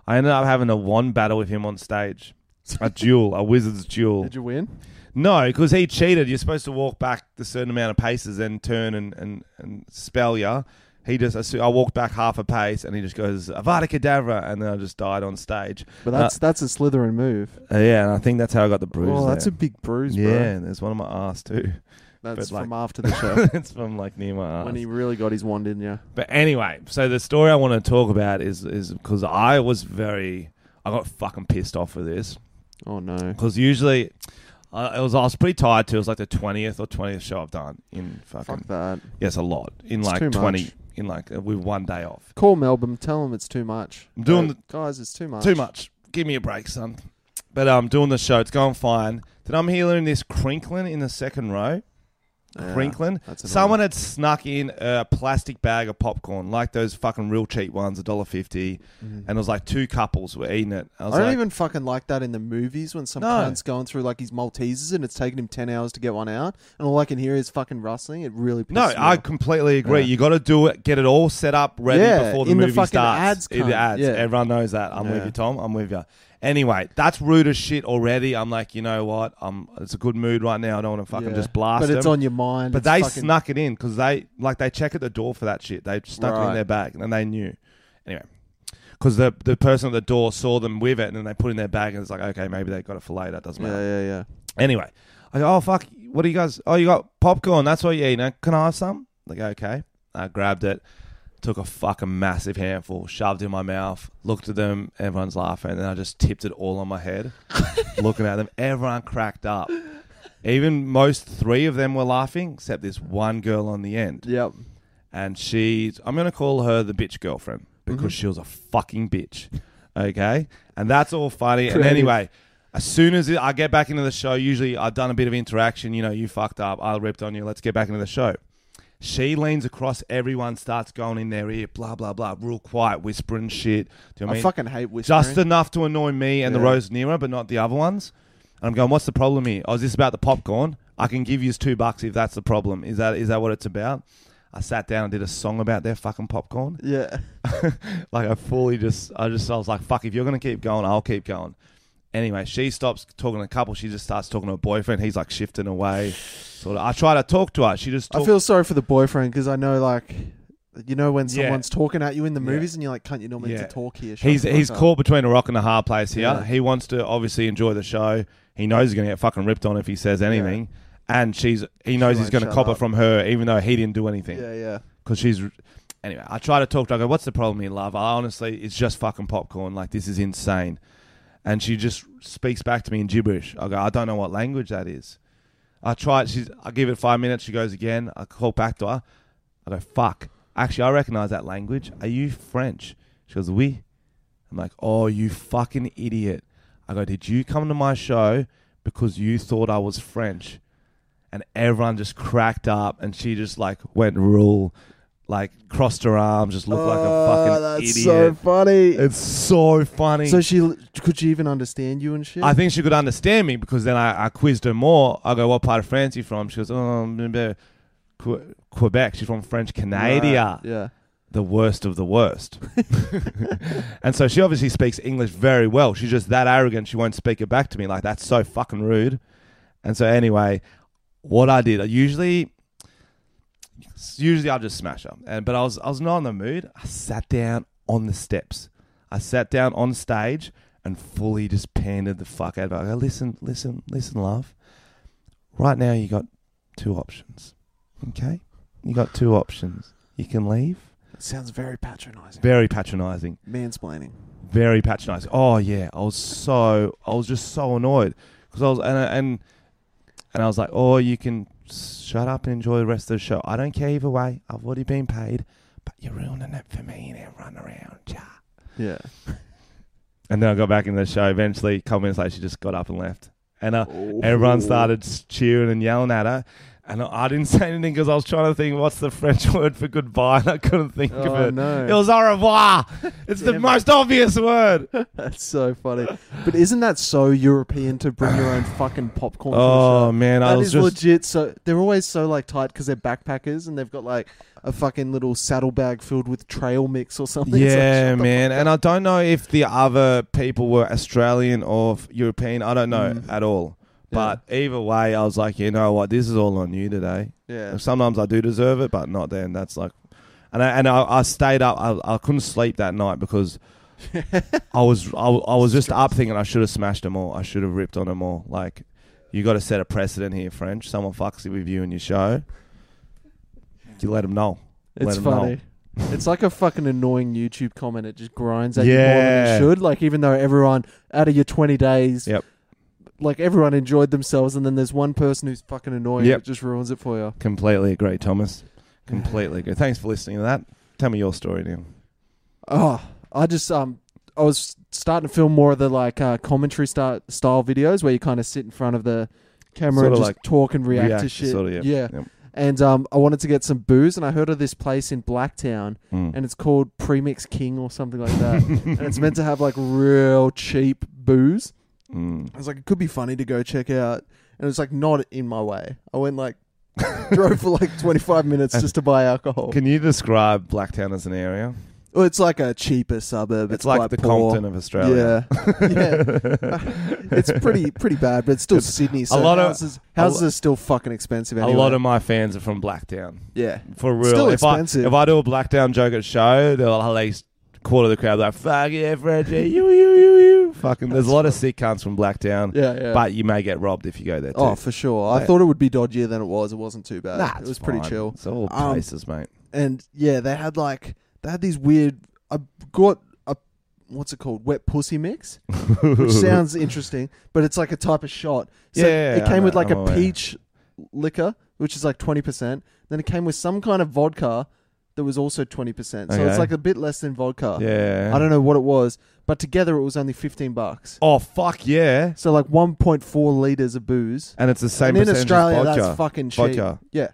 C: I ended up having a one battle with him on stage, a duel, a wizard's duel.
B: Did you win?
C: No, because he cheated. You're supposed to walk back the certain amount of paces and turn and, and, and spell ya. He just, I su- I walked back half a pace and he just goes, Avada Kedavra, and then I just died on stage.
B: But that's that's a Slytherin move.
C: Uh, yeah, and I think that's how I got the bruise.
B: Oh, that's a
C: there.
B: big bruise, bro.
C: Yeah, and there's one on my ass too.
B: that's
C: but like-
B: from after the show
C: it's from like near my ass.
B: when he really got his wand in you.
C: But anyway, so the story I want to talk about is is because I was very, I got fucking pissed off with this.
B: Oh no.
C: because usually uh, it was I was pretty tired too. It was like the twentieth or twentieth show I've done in fucking
B: Fuck that.
C: yes, a lot in
B: It's
C: like
B: too
C: twenty
B: much.
C: in like uh, with one day off.
B: Call Melbourne, tell them it's too much.
C: I'm doing
B: Go, guys, it's too much.
C: Too much. Give me a break, son. But I'm um, doing the show. It's going fine. Then I'm hearing this crinkling in the second row,
B: Yeah,
C: Crinklin.
B: that's annoying.
C: Someone had snuck in a plastic bag of popcorn, like those fucking real cheap ones, a dollar fifty, and it was like two couples were eating it. I was
B: Mm. I don't
C: like,
B: even fucking like that in the movies when some
C: No.
B: cunt's going through like his Maltesers and it's taken him 10 hours to get one out and all I can hear is fucking rustling. It really pisses
C: no,
B: me
C: I
B: off.
C: completely agree. You got to do it, get it all set up, ready
B: Yeah,
C: before the
B: in the
C: movie
B: fucking
C: starts.
B: ads,
C: In
B: cunt.
C: the ads,
B: Yeah.
C: everyone knows that. I'm with
B: Yeah.
C: you, Tom. I'm with you. Anyway, that's rude as shit already. I'm like, you know what? I'm. It's a good mood right now. I don't want to fucking
B: Yeah.
C: just blast.
B: But it's
C: them.
B: on your mind.
C: But
B: it's
C: they
B: fucking-
C: snuck it in because they like they check at the door for that shit. They snuck it in
B: Right.
C: their bag and they knew. Anyway, because the the person at the door saw them with it and then they put it in their bag and it's like okay maybe they got it for later. It doesn't
B: Yeah,
C: matter.
B: yeah, yeah.
C: Anyway, I go, oh fuck, what do you guys? Oh, you got popcorn. That's what you eat. Now, Can I have some? Like okay, I grabbed it, took a fucking massive handful, shoved it in my mouth, looked at them. Everyone's laughing, and then I just tipped it all on my head, looking at them. Everyone cracked up. Even most three of them were laughing, except this one girl on the end
B: Yep.
C: and she's I'm gonna call her the bitch girlfriend
B: Mm-hmm.
C: because she was a fucking bitch. Okay, and that's all funny.
B: Creative.
C: And anyway, as soon as I get back into the show, usually I've done a bit of interaction. You know, you fucked up. I ripped on you. Let's get back into the show. She leans across everyone, starts going in their ear, blah blah blah, real quiet, whispering shit. Do you know what
B: I,
C: I mean?
B: fucking hate whispering.
C: just enough to annoy me and the
B: Yeah.
C: rows nearer, but not the other ones. And I'm going, what's the problem here? Oh, is this about the popcorn? I can give you two bucks if that's the problem. Is that is that what it's about? I sat down and did a song about their fucking popcorn.
B: Yeah.
C: like I fully just, I just, I was like, fuck, if you're gonna keep going, I'll keep going. Anyway, she stops talking to a couple. She just starts talking to her boyfriend. He's like shifting away. Sort of. I try to talk to her. She just.
B: I
C: Talk-
B: feel sorry for the boyfriend because I know, like, you know, when
C: Yeah.
B: someone's talking at you in the
C: Yeah.
B: movies and you're like, cunt, you're not meant
C: Yeah.
B: to talk here. Shut
C: He's
B: the fuck
C: he's
B: up."
C: caught between a rock and a hard place here.
B: Yeah.
C: He wants to obviously enjoy the show. He knows he's going to get fucking ripped on if he says anything, and she's he knows he's
B: won't
C: going to
B: shut
C: cop it
B: up.
C: from her, even though he didn't do
B: Yeah,
C: anything.
B: yeah.
C: Because she's anyway. I try to talk to her. I go, "What's the problem here, love? I honestly, it's just fucking popcorn. Like this is insane." And she just speaks back to me in gibberish. I go, "I don't know what language that is." I try. She's. I give it five minutes. She goes again. I call back to her. I go, fuck. Actually, I recognize that language. Are you French? She goes, we. I'm like, oh, you fucking idiot. I go, did you come to my show because you thought I was French? And everyone just cracked up, and she just like went rule, like crossed her arms, just looked like a fucking
B: Oh, that's so
C: idiot.
B: funny.
C: it's so funny.
B: so she l- could she even understand you and shit?
C: I think she could understand me because then I, I quizzed her more. I go, "What part of France you from?" She goes, "Oh, maybe Que- Quebec." She's from French Canada,
B: Right, Yeah.
C: the worst of the worst. and so she obviously speaks English very well. She's just that arrogant. She won't speak it back to me. Like that's so fucking rude. And so anyway, what I did, I usually. Usually I just smash her, and but I was I was not in the mood. I sat down on the steps. I sat down on stage and fully just pandered the fuck out of her. I go, listen, listen, listen, love. Right now you got two options. Okay? You got two options. You can leave.
B: It sounds very patronizing.
C: Very patronizing.
B: Mansplaining.
C: Very patronizing. Oh yeah. I was so I was just so annoyed. Because I was and and and I was like, Oh, you can shut up and enjoy the rest of the show. I don't care either way. I've already been paid, but you're ruining it for me and everyone around. Yeah.
B: Yeah.
C: And then I got back in the show. Eventually, a couple minutes later, she just got up and left. And uh, everyone started s- cheering and yelling at her. And I I didn't say anything because I was trying to think, what's the French word for goodbye? And I couldn't think of
B: Oh,
C: it.
B: no.
C: It was au revoir. It's the
B: Damn it.
C: most obvious word.
B: That's so funny. But isn't that so European to bring your own fucking popcorn? to the
C: Oh,
B: show?
C: man. I
B: That
C: was
B: is
C: just.
B: legit. So they're always so like tight because they're backpackers and they've got like a fucking little saddlebag filled with trail mix or something. It's like,
C: Yeah,
B: shut the
C: man.
B: fuck
C: And
B: up.
C: I don't know if the other people were Australian or f- European. I don't know
B: Mm.
C: at all. But either way, I was like, you know what? This is all on you today.
B: yeah,
C: Sometimes I do deserve it, but not then. That's like, and I, and I, I stayed up. I, I couldn't sleep that night because I was I, I was just up thinking I should have smashed them all. I should have ripped on them all. Like, you got to set a precedent here, French. Someone fucks it with you in your show. You let them know.
B: it's
C: let 'em know.
B: funny. it's like a fucking annoying YouTube comment. It just grinds at
C: Yeah.
B: you more than it should. Like even though everyone out of your twenty days,
C: Yep.
B: like everyone enjoyed themselves, and then there's one person who's fucking annoying.
C: Yep.
B: It just ruins it for you.
C: Completely agree, Thomas. Completely agree. Thanks for listening to that. Tell me your story now.
B: Oh, I just um, I was starting to film more of the like uh, commentary start style videos where you kind of sit in front of the camera
C: Sorta
B: and just
C: like
B: talk and react, to shit.
C: Sort of,
B: yeah.
C: Yep.
B: and um, I wanted to get some booze, and I heard of this place in Blacktown,
C: Mm.
B: and it's called Premix King or something like that, and it's meant to have like real cheap booze.
C: Mm.
B: I was like, it could be funny to go check out, and it was like not in my way. I went like drove for like twenty five minutes just to buy alcohol.
C: Can you describe Blacktown as an area?
B: Well, it's like a cheaper suburb.
C: It's,
B: It's,
C: like
B: quite
C: the
B: poor.
C: Compton of Australia.
B: Yeah, yeah. Uh, it's pretty pretty bad, but it's still Sydney. So
C: lot of-
B: houses,
C: a
B: houses
C: lo-
B: are still fucking expensive. Anyway.
C: A lot of my fans are from Blacktown.
B: yeah.
C: For real.
B: Still
C: if, I,
B: expensive.
C: if I do a Blacktown joke at show, they'll at least quarter of the crowd like, fuck yeah, Fredgy. You, you, you, you. Fucking, there's a lot of sick cunts from Blacktown.
B: Yeah, yeah.
C: But you may get robbed if you go there too.
B: Oh, for sure. I
C: Yeah.
B: thought it would be dodgier than it was. It wasn't too bad.
C: Nah,
B: it
C: it's
B: was pretty
C: fine.
B: chill.
C: It's all
B: Um,
C: places, mate.
B: And yeah, they had like they had these weird. I got a what's it called? Wet pussy mix, which sounds interesting, but it's like a type of shot. So
C: Yeah, yeah,
B: it
C: yeah,
B: came
C: I know,
B: with like
C: I'm
B: a
C: aware.
B: peach liquor, which is like twenty percent. Then it came with some kind of vodka that was also twenty percent. So
C: Okay.
B: it's like a bit less than vodka.
C: Yeah.
B: I don't know what it was, but together it was only fifteen bucks.
C: Oh, fuck yeah.
B: So like one point four liters of booze.
C: And it's the same
B: and in
C: percentage
B: Australia,
C: as vodka.
B: that's fucking cheap.
C: Vodka.
B: Yeah.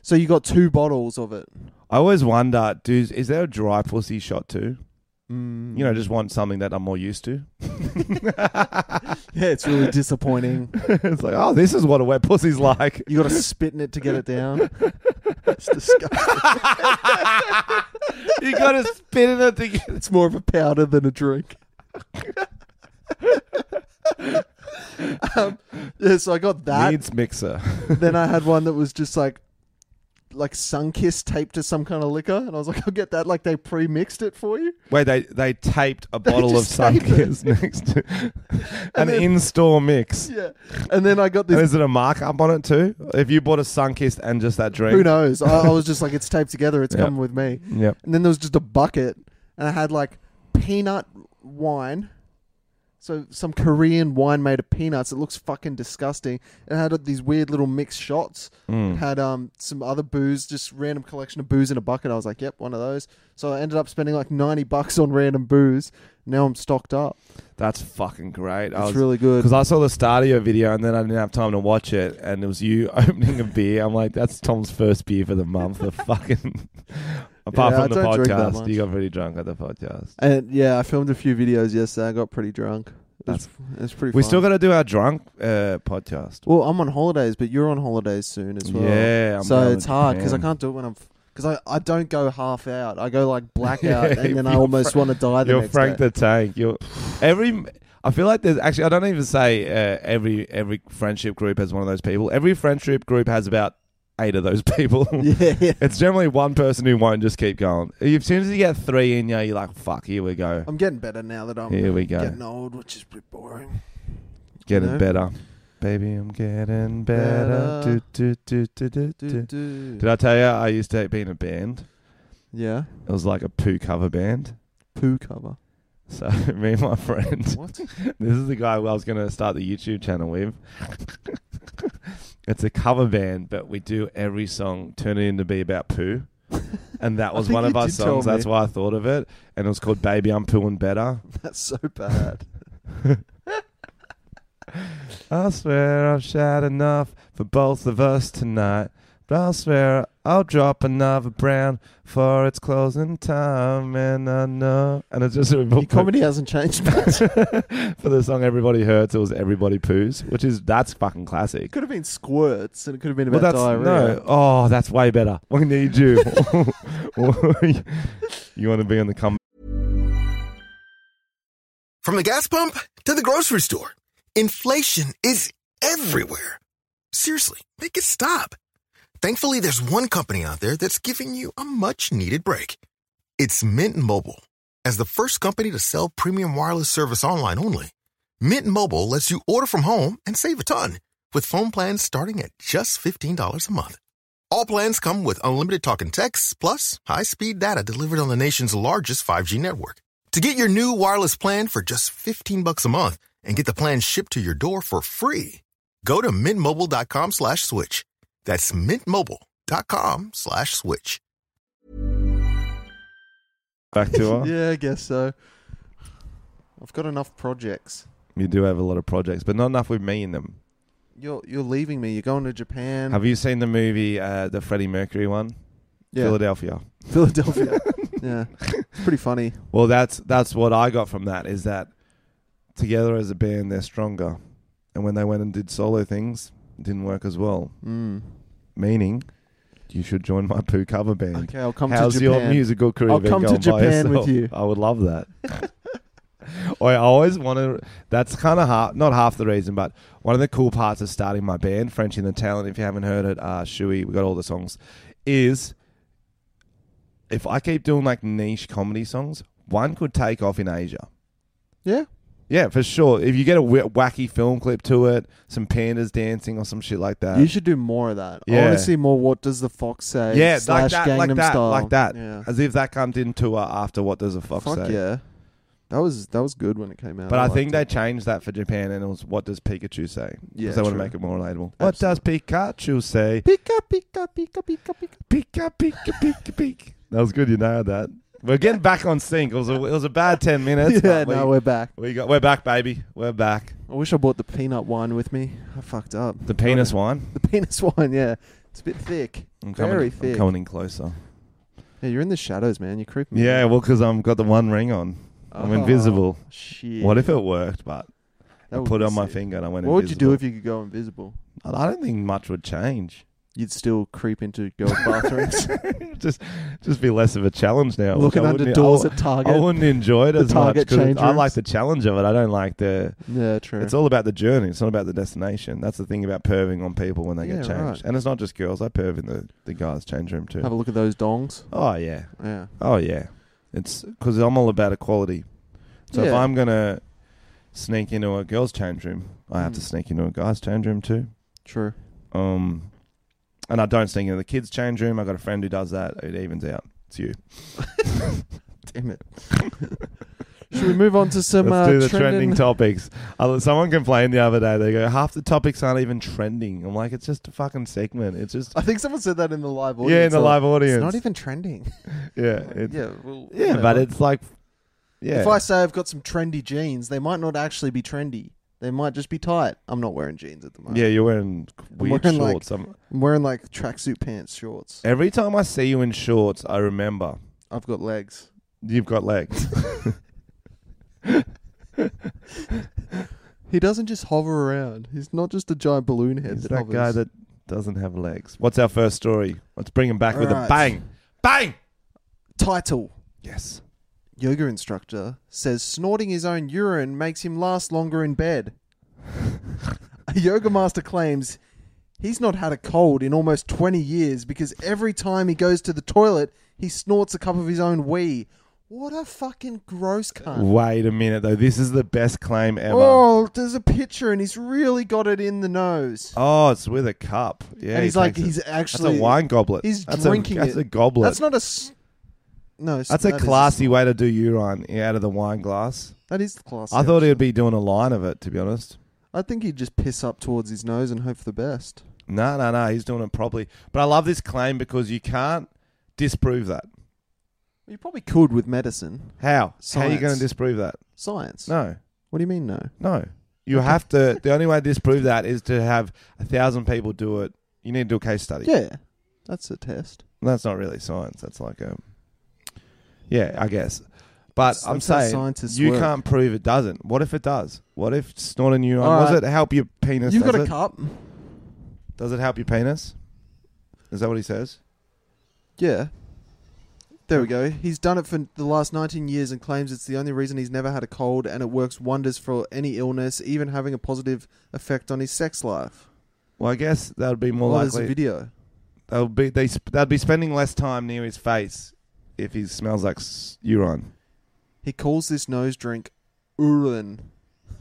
B: So you got two bottles of it.
C: I always wonder, dude, is there a dry pussy shot too? You know, just want something that I'm more used to.
B: Yeah, it's really disappointing.
C: it's like, oh, this is what a wet pussy's like.
B: You got to spit in it to get it down. It's disgusting.
C: you gotta spit in it to get
B: It's more of a powder than a drink. um, yeah, so I got that.
C: needs mixer.
B: then I had one that was just like, like Sunkiss taped to some kind of liquor, and I was like, I'll get that. Like they pre-mixed it for you.
C: Wait, they they taped a bottle of
B: just taped it.
C: Sunkiss next to an
B: then-
C: in-store mix.
B: Yeah. And then I got
C: And
B: this.
C: is it a markup on it too? If you bought a Sunkiss and just that drink,
B: Who knows? I, I was just like, it's taped together. It's
C: Yeah.
B: coming with me.
C: Yep.
B: And then there was just a bucket, and I had like peanut wine. So some Korean wine made of peanuts. It looks fucking disgusting. It had uh, these weird little mixed shots.
C: Mm.
B: It had um some other booze, just random collection of booze in a bucket. I was like, yep, one of those. So I ended up spending like ninety bucks on random booze. Now I'm stocked up.
C: That's fucking great.
B: It's really good.
C: Because I saw the start of your video and then I didn't have time to watch it, and it was you opening a beer. I'm like, that's Tom's first beer for the month. The fucking apart
B: Yeah, I
C: from the
B: don't drink that
C: podcast,
B: much.
C: you got pretty drunk at the podcast.
B: And yeah, I filmed a few videos yesterday. I got pretty drunk. It was, it was pretty.
C: We
B: fun.
C: still got to do our drunk uh, podcast.
B: Well, I'm on holidays, but you're on holidays soon as well.
C: Yeah, I'm
B: so
C: going
B: it's
C: to
B: hard because I
C: Japan.
B: can't do it when I'm because I, I don't go half out. I go like blackout,
C: Yeah,
B: and then I
C: you're
B: almost
C: Fra-
B: want to die the
C: You're
B: next
C: Frank
B: day.
C: the Tank. You're every. I feel like there's actually. I don't even say uh, every every friendship group has one of those people. Every friendship group has about eight of those people.
B: yeah, yeah.
C: It's generally one person who won't just keep going. As soon as you get three in you, you're like, "Fuck, here we go,
B: I'm getting better now that I'm
C: here we go,
B: getting old, which is pretty boring.
C: getting
B: know?
C: better, baby, I'm getting better."
B: Better.
C: Do, do, do, do, do,
B: Do,
C: do.
B: do.
C: Did I tell you I used to be in a band?
B: Yeah,
C: It was like a poo cover band.
B: poo cover.
C: So me and my friend.
B: What?
C: This is the guy who I was going to start the YouTube channel with. it's a cover band, but we do every song turn it into be about poo. And that
B: I
C: was
B: think
C: one of
B: you
C: our
B: did tell
C: songs. That's
B: me.
C: why I thought of it. And it was called Baby I'm Pooing Better.
B: That's so bad.
C: I swear I've shat enough for both of us tonight. But I swear I'll drop another brown for it's closing time. And I know. And it's just a
B: Your comedy hasn't changed much.
C: for the song Everybody Hurts, it was Everybody Poos, which is that's fucking classic.
B: could have been squirts, and it could have been
C: Well,
B: about
C: that's
B: diarrhea.
C: no. Oh, that's way better. We need you. you want to be on the come?
D: From the gas pump to the grocery store, inflation is everywhere. Seriously, make it stop. Thankfully, there's one company out there that's giving you a much needed break. It's Mint Mobile. As the first company to sell premium wireless service online only, Mint Mobile lets you order from home and save a ton with phone plans starting at just $15 a month. All plans come with unlimited talk and text, plus high-speed data delivered on the nation's largest 5G network. To get your new wireless plan for just 15 bucks a month and get the plan shipped to your door for free, go to mintmobile.com slash switch. That's mintmobile.com slash switch.
C: back to her.
B: Yeah, I guess so. I've got enough projects.
C: You do have a lot of projects, but not enough with me in them.
B: You're you're leaving me. You're going to Japan.
C: Have you seen the movie, uh, the Freddie Mercury one?
B: yeah,
C: Philadelphia.
B: Philadelphia. yeah, it's pretty funny.
C: Well, that's that's what I got from that is that together as a band they're stronger, and when they went and did solo things, it didn't work as well.
B: Mm.
C: Meaning, you should join my poo cover band.
B: Okay, I'll come
C: How's
B: to Japan.
C: your musical career?
B: I'll
C: been
B: come to
C: going by
B: Japan with
C: yourself?
B: you.
C: I would love that. Oi, I always want to. That's kind of half, not half the reason, but one of the cool parts of starting my band, French in the Talent. If you haven't heard it, uh, Shui, we got all the songs. Is if I keep doing like niche comedy songs, one could take off in Asia.
B: Yeah,
C: Yeah, for sure. If you get a w- wacky film clip to it, some pandas dancing or some shit like that.
B: you should do more of that. I
C: yeah.
B: want to see more. What does the fox say?
C: yeah, like
B: slash
C: that,
B: Gangnam
C: like that,
B: style.
C: like that.
B: Yeah.
C: As if that comes into uh, after what does a fox
B: Fuck
C: say?
B: yeah, that was that was good when it came out.
C: But I
B: liked
C: think
B: it.
C: they changed that for Japan, and it was what does Pikachu say?
B: Yeah,
C: because they want
B: true.
C: to make it more relatable. What does Pikachu say?
B: Pika pika pika pika pika.
C: Pika pika pika pika. That was good. You know that. We're getting back on sync. It was a, it was a bad ten minutes.
B: yeah,
C: but we,
B: no, we're back.
C: we got we're back, baby. We're back.
B: I wish I bought the peanut wine with me. I fucked up.
C: The penis wine.
B: The penis wine, yeah. It's a bit thick.
C: I'm coming,
B: Very
C: I'm
B: thick.
C: coming in closer.
B: Yeah, you're in the shadows, man. You're creeping. me
C: Yeah,
B: out.
C: well, because I've got the one ring on. I'm
B: Mm. Oh,
C: invisible.
B: Shit.
C: What if it worked? But
B: That
C: I
B: would
C: put it
B: be
C: on my
B: sick.
C: finger and I
B: What
C: went.
B: would you do if you could go invisible?
C: I don't think much would change.
B: You'd still creep into girls' bathrooms,
C: just just be less of a challenge now.
B: looking
C: I
B: under
C: wouldn't-
B: doors
C: I,
B: at
C: wou- I
B: Target.
C: wouldn't enjoy it
B: The
C: as much
B: Target
C: because
B: change
C: I like
B: rooms.
C: the challenge of it. I don't like the.
B: Yeah, true.
C: It's all about the journey. It's not about the destination. That's the thing about perving on people when they
B: Yeah,
C: get
B: right.
C: changed. And it's not just girls. I perv in the the guys' change room too.
B: Have a look at those dongs.
C: Oh yeah,
B: Yeah.
C: oh yeah. It's because I'm all about equality. So if
B: Yeah.
C: I'm gonna sneak into a girls' change room, I have to
B: Mm.
C: sneak into a guys' change room too.
B: True.
C: Um, and I don't sneak into the kids' change room. I got a friend who does that. It evens out. It's you.
B: Damn it. Should we move on to some
C: Let's
B: uh,
C: do the trending,
B: trending?
C: topics. Uh, someone complained the other day. They go, half the topics aren't even trending. I'm like, it's just a fucking segment. It's just
B: I think someone said that in the live audience.
C: yeah, in the
B: They're like,
C: live audience.
B: It's not even trending.
C: yeah, it's,
B: yeah.
C: yeah,
B: Well,
C: but
B: whatever.
C: it's like, yeah,
B: If I say I've got some trendy jeans, they might not actually be trendy. They might just be tight. I'm not wearing jeans at the moment.
C: yeah, you're wearing weird
B: wearing, like-
C: shorts. I'm-
B: I'm wearing like tracksuit pants, shorts.
C: every time I see you in shorts, I remember
B: I've got legs.
C: you've got legs.
B: He doesn't just hover around. He's not just a giant balloon head
C: It's
B: that,
C: that
B: hovers.
C: guy that doesn't have legs. What's our first story? Let's bring him back with a
B: Alright.
C: bang, bang.
B: Title
C: Yes.
B: Yoga instructor says snorting his own urine makes him last longer in bed. a yoga master claims he's not had a cold in almost 20 years because every time he goes to the toilet, he snorts a cup of his own wee. What a fucking gross cunt.
C: Wait a minute though. This is the best claim ever. Oh,
B: Oh, there's a picture, and he's really got it in the nose.
C: it's with a cup. Oh, Yeah,
B: and
C: he
B: he's like,
C: takes it.
B: he's actually
C: that's a wine goblet.
B: He's
C: that's
B: drinking
C: a, That's
B: it.
C: a goblet.
B: That's not a. s- No, s-
C: That's
B: that
C: a
B: is
C: classy way to do urine out of the wine glass.
B: that is classy.
C: I thought
B: actually.
C: he'd be doing a line of it, to be honest.
B: I think he'd just piss up towards his nose and hope for the best.
C: No, no, no. He's doing it properly. But I love this claim because you can't disprove that.
B: You probably could with medicine,
C: How? How are you
B: Science.
C: going to disprove that?
B: science.
C: No,
B: What do you mean no?
C: no. You have to. The only way to disprove that is to have a thousand people do it. You need to do a case study.
B: Yeah, that's a test.
C: That's not really science. That's like a. Yeah, I guess. But
B: That's-
C: I'm
B: that's how
C: saying
B: scientists
C: you
B: work.
C: can't prove it doesn't. What if it does? What if snorting urine
B: All
C: does
B: right.
C: it help your penis?
B: You've
C: does
B: got a
C: it?
B: cup.
C: Does it help your penis? Is that what he says?
B: Yeah. There we go. He's done it for the last 19 years and claims it's the only reason he's never had a cold and it works wonders for any illness, even having a positive effect on his sex life.
C: Well, I guess that would be more
B: Well, there's a
C: likely.
B: video.
C: That would be they. Sp- that'd be spending less time near his face if he smells like s- urine.
B: He calls this nose drink Urin,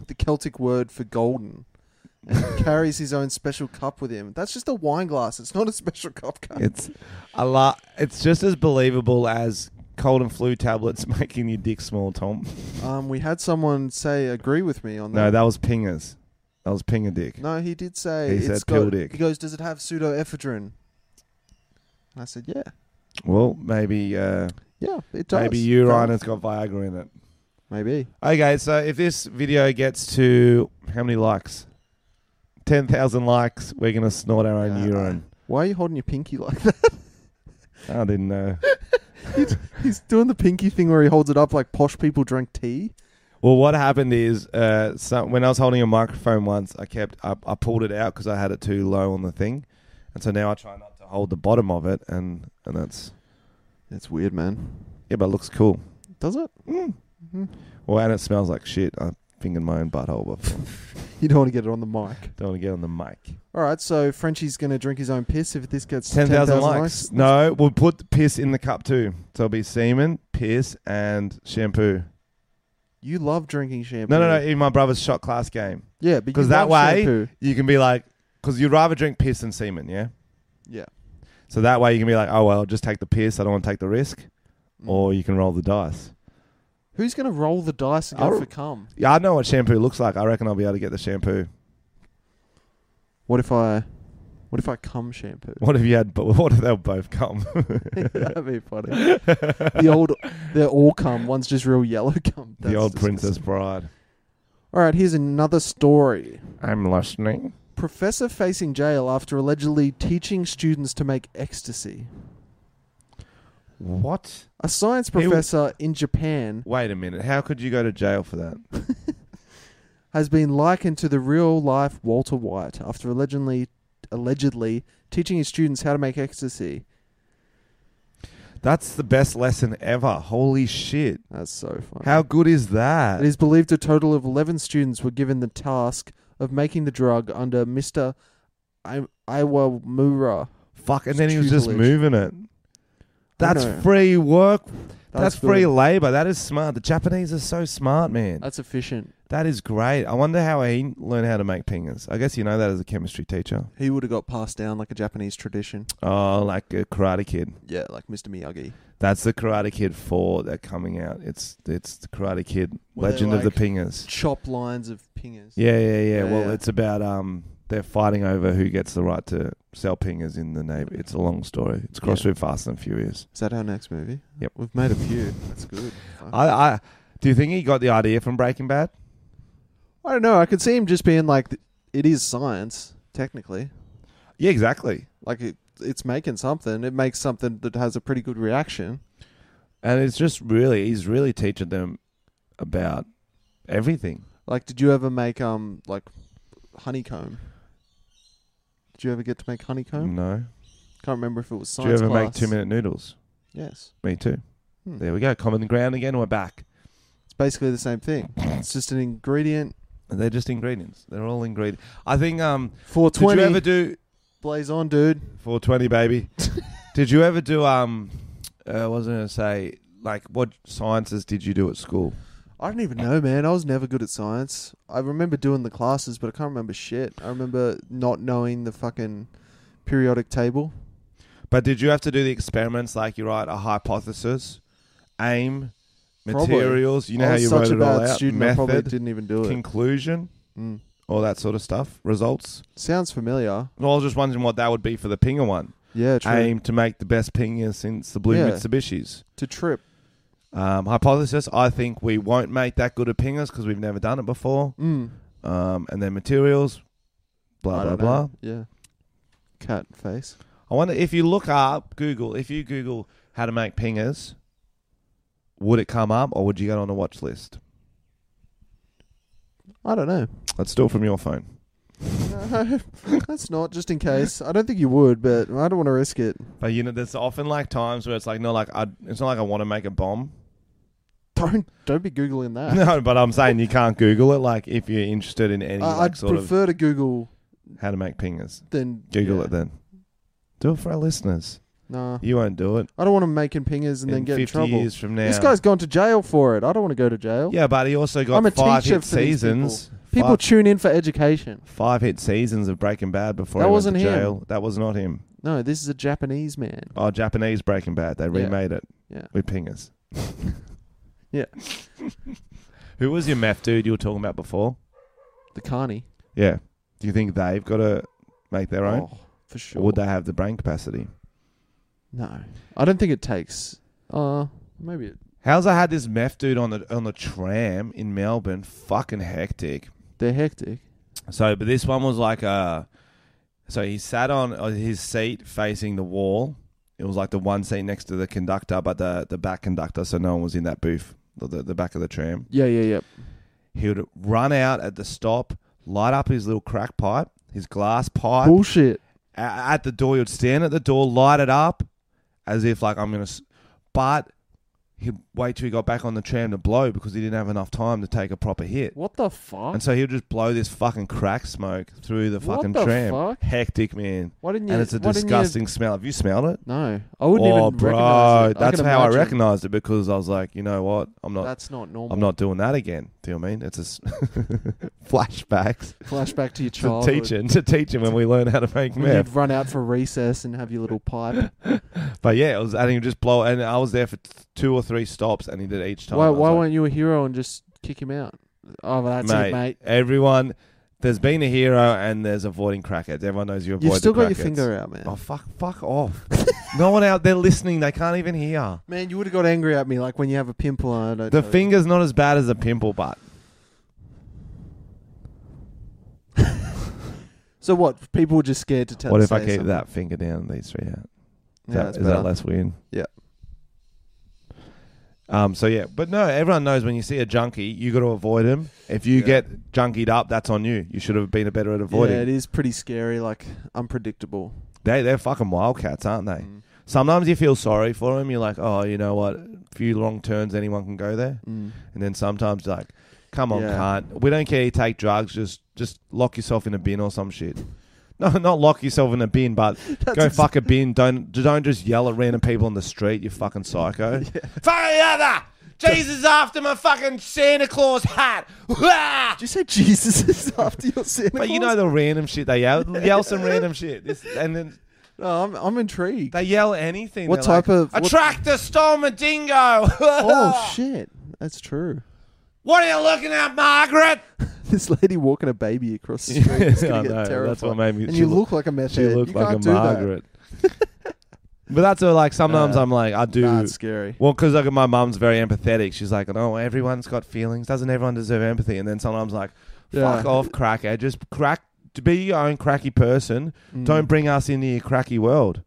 B: the Celtic word for golden, and carries his own special cup with him. That's just a wine glass. It's not a special cup. cup.
C: It's a lot. It's just as believable as cold and flu tablets making your dick small, Tom.
B: Um, we had someone say agree with me on
C: No,
B: that.
C: that was pingers. That was pinger dick.
B: No, he did say
C: He
B: it's
C: said
B: got.
C: pill dick.
B: He goes, "Does it have pseudoephedrine?" And I said, "Yeah,
C: Well, maybe uh,
B: yeah, it does.
C: maybe urine has got Viagra in it.
B: Maybe
C: Okay, so if this video gets to how many likes? ten thousand likes, we're gonna snort our own
B: Yeah.
C: urine.
B: Why are you holding your pinky like that?
C: I didn't know.
B: He's doing the pinky thing where he holds it up like posh people drink tea.
C: Well, what happened is, uh, some, when I was holding a microphone once, I kept I, I pulled it out because I had it too low on the thing, and so now I try not to hold the bottom of it, and and that's
B: That's weird, man.
C: yeah, but it looks cool.
B: Does it?
C: Well, and it smells like shit. I fingered my own butthole before.
B: You don't want to get it on the mic.
C: Don't want to get on the mic.
B: All right, so Frenchie's going to drink his own piss if this gets
C: 10,000
B: 10,000
C: likes. No, we'll put the piss in the cup too. So it'll be semen, piss, and shampoo.
B: You love drinking shampoo.
C: No, no, no. In my brother's shot class game.
B: Yeah, but
C: Because
B: you
C: that
B: love
C: way,
B: shampoo.
C: you can be like, because you'd rather drink piss than semen, yeah?
B: Yeah.
C: So that way, you can be like, oh, well, just take the piss. I don't want to take the risk.
B: Mm.
C: Or you can roll the dice.
B: Who's going to roll the dice and go
C: I'll-
B: for cum?
C: Yeah, I know what shampoo looks like. I reckon I'll be able to get the shampoo.
B: What if I, what if I cum shampoo?
C: What if you had, but what if they'll both come?
B: That'd be funny. the old, they're all cum. One's just real yellow cum.
C: the
B: That's
C: old
B: disgusting.
C: Princess Bride.
B: All right, here's another story.
C: I'm listening.
B: Professor facing jail after allegedly teaching students to make ecstasy.
C: What?
B: A science
C: w-
B: professor in Japan
C: Wait a minute. How could you go to jail for that?
B: has been likened to the real life Walter White after allegedly allegedly teaching his students how to make ecstasy.
C: That's the best lesson ever. Holy shit.
B: That's so funny.
C: How good is that?
B: it is believed a total of 11 students were given the task of making the drug under Mr. I- Iwamura.
C: Fuck, and then he was just
B: tutelage.
C: moving it. That's
B: know.
C: free work. That's,
B: good.
C: free labor. That is smart. The Japanese are so smart, man.
B: That's efficient.
C: that is great. I wonder how he learned how to make pingers. I guess you know that as a chemistry teacher.
B: He would have got passed down like a Japanese tradition.
C: Oh, like a Karate Kid.
B: Yeah, like Mr. Miyagi.
C: That's the Karate Kid 4 that coming out. It's it's the Karate Kid
B: Were they
C: Legend of
B: like-
C: the Pingers.
B: Chop lines of pingers.
C: Yeah, yeah, yeah.
B: Yeah,
C: well,
B: yeah.
C: it's about um they're fighting over who gets the right to sell pingers in the neighbor. It's a long story. It's crossed
B: Yeah.
C: with Fast and Furious.
B: Is that our next movie?
C: Yep.
B: We've made a few. That's good. I,
C: I, I do you think he got the idea from Breaking Bad?
B: I don't know. I could see him just being like, th- it is science, technically.
C: Yeah, exactly.
B: Like it, it's making something. It makes something that has a pretty good reaction.
C: And it's just really he's really teaching them about everything.
B: Like, did you ever make um like honeycomb? Did you ever get to make honeycomb?
C: No,
B: Can't remember if it was
C: do
B: science.
C: Mm. you ever make
B: class.
C: two minute noodles?
B: Yes,
C: Me too.
B: Hmm.
C: There we go. Common ground again. We're back.
B: it's basically the same thing. It's just an ingredient.
C: And They're just ingredients. They're all ingredients. I think. Um,
B: Four
C: did you
B: twenty.
C: ever do
B: blaze on, dude?
C: 420 baby did you ever do um uh, i was gonna say like what sciences did you do at school
B: I don't even know, man. I was never good at science. I remember doing the classes, but I can't remember shit. I remember not knowing the fucking periodic table.
C: but did you have to do the experiments like you write a hypothesis aim
B: Probably.
C: materials you know
B: I
C: how
B: was
C: you
B: such
C: wrote
B: a
C: it all
B: bad
C: out
B: student. I probably
C: method
B: didn't even do it.
C: conclusion
B: Mm.
C: all that sort of stuff results
B: Sounds familiar.
C: well, I was just wondering what that would be for the pinger one.
B: Yeah, true.
C: Aim to make the best pinger since the blue
B: Yeah.
C: Mitsubishis.
B: To trip.
C: Um, hypothesis: I think we won't make that good of pingers because we've never done it before.
B: Mm.
C: um, and then materials, blah
B: I
C: blah
B: don't
C: blah.
B: know. Yeah. Cat face.
C: I wonder if you look up Google, if you Google how to make pingers, would it come up or would you get on a watch list?
B: I don't know.
C: Let's do it from your phone.
B: No, that's not just in case. I don't think you would, but I don't want to risk it.
C: But you know, there's often like times where it's like not like I, it's not like I want to make a bomb.
B: Don't don't be googling that.
C: no, but I'm saying you can't Google it. Like if you're interested in any
B: I,
C: like
B: I'd
C: sort
B: prefer to Google
C: of how to make pingers,
B: than
C: Google
B: yeah.
C: it then. Do it for our listeners.
B: Nah,
C: You won't do it.
B: I don't want to making pingers and
C: in
B: then get
C: 50
B: in trouble.
C: years from now.
B: This guy's gone to jail for it. I don't want to go to jail.
C: yeah, but he also got
B: I'm a
C: five
B: teacher
C: hit
B: for these people.
C: seasons.
B: People
C: Five-
B: tune in for education.
C: five hit seasons of Breaking Bad before
B: That
C: he
B: wasn't
C: went
B: him.
C: to jail. That was not him.
B: No, this is a Japanese man.
C: Oh, Japanese Breaking Bad. They remade it
B: Yeah.
C: with pingers.
B: Yeah.
C: Who was your meth dude you were talking about before?
B: The Carney.
C: Yeah. Do you think they've got to make their own?
B: Oh, for sure.
C: Or would they have the brain capacity?
B: No. I don't think it takes. Uh, maybe it,
C: How's I had this meth dude on the on the tram in Melbourne? Fucking hectic.
B: they're hectic.
C: So, but this one was like a. So he sat on uh, his seat facing the wall. It was like the one seat next to the conductor, but the the back conductor, so no one was in that booth, the, the, the back of the tram.
B: Yeah, yeah, yeah.
C: He would run out at the stop, light up his little crack pipe, his glass pipe,
B: Bullshit.
C: a- at the door. He would stand at the door, light it up, as if like I'm gonna. s- But he'd wait till he got back on the tram to blow because he didn't have enough time to take a proper hit.
B: What the fuck?
C: And so he'll just blow this fucking crack smoke through the
B: Oh. What
C: fucking
B: the
C: tram.
B: fuck?
C: Hectic, man.
B: Why didn't you?
C: and it's a
B: why didn't you-
C: disgusting smell. Have you smelled it?
B: No, I wouldn't
C: oh,
B: even
C: bro,
B: recognize it. I
C: that's
B: can
C: how I
B: imagine.
C: recognized it because I was like, you know what? I'm not.
B: That's not normal.
C: I'm not doing that again. Do you know what I mean? It's just flashbacks
B: Flashback to your
C: to
B: childhood.
C: teaching to teaching when we learn how to make
B: When
C: meth.
B: You'd run out for recess and have your little pipe.
C: But yeah, it was. I think it just blow. And I was there for t- two or three stops, and he did each time.
B: why
C: I was
B: why
C: like,
B: weren't you a hero and just kick him out? Oh, well, that's
C: mate,
B: it, mate.
C: Everyone, there's been a hero, and there's avoiding crackheads. Everyone knows you avoid.
B: You've
C: the
B: still got your
C: crackheads.
B: finger out, man.
C: Oh fuck! Fuck off! no one out there listening. They can't even hear.
B: Man, you would have got angry at me like when you have a pimple and I don't.
C: The
B: know.
C: finger's not as bad as a pimple, but
B: So what? People were just scared to tell.
C: what if
B: say
C: I keep
B: something.
C: that finger down and these three
B: Yeah,
C: out? Is, that,
B: that's
C: is that
B: better.
C: less weird?
B: Yeah.
C: Um. So yeah, but no, everyone knows when you see a junkie, you got to avoid him. If you
B: Yeah.
C: get junkied up, that's on you. You should have been better at avoiding.
B: Yeah, it is pretty scary. Like unpredictable.
C: They they're fucking wildcats, aren't they?
B: Mm.
C: Sometimes you feel sorry for them. You're like, oh, you know what? A few long turns, anyone can go there.
B: Mm.
C: And then sometimes like, come on,
B: Yeah.
C: cunt. We don't care you take drugs. Just just lock yourself in a bin or some shit. No, not lock yourself in a bin, but
B: That's
C: go
B: ex-
C: fuck a bin. Don't don't just yell at random people on the street. You fucking psycho. Fuck other. Jesus after my fucking Santa Claus hat.
B: Did you say Jesus is after your Santa
C: But you know
B: Claus?
C: the random shit they yell. Yell some random shit. This, and then Oh,
B: No, I'm, I'm intrigued.
C: They yell anything.
B: What
C: They're
B: type
C: like,
B: of-
C: a
B: what-
C: tractor stole my dingo?
B: oh shit, that's true.
C: What are you looking at, Margaret?
B: This lady walking a baby across the street is
C: I
B: gonna get
C: know, that's
B: terrified.
C: what made me-
B: And
C: she
B: you
C: loo-
B: look like a meth
C: She
B: head.
C: looked
B: you
C: like
B: can't
C: a
B: do
C: Margaret. but that's all, like sometimes
B: Nah.
C: I'm like I do.
B: That. Nah, it's scary.
C: well, because like my mum's very empathetic. She's like, no, everyone's got feelings. Doesn't everyone deserve empathy? And then sometimes like,
B: Yeah.
C: fuck off, cracker. Just crack. To be your own cracky person.
B: Mm.
C: Don't bring us into your cracky world.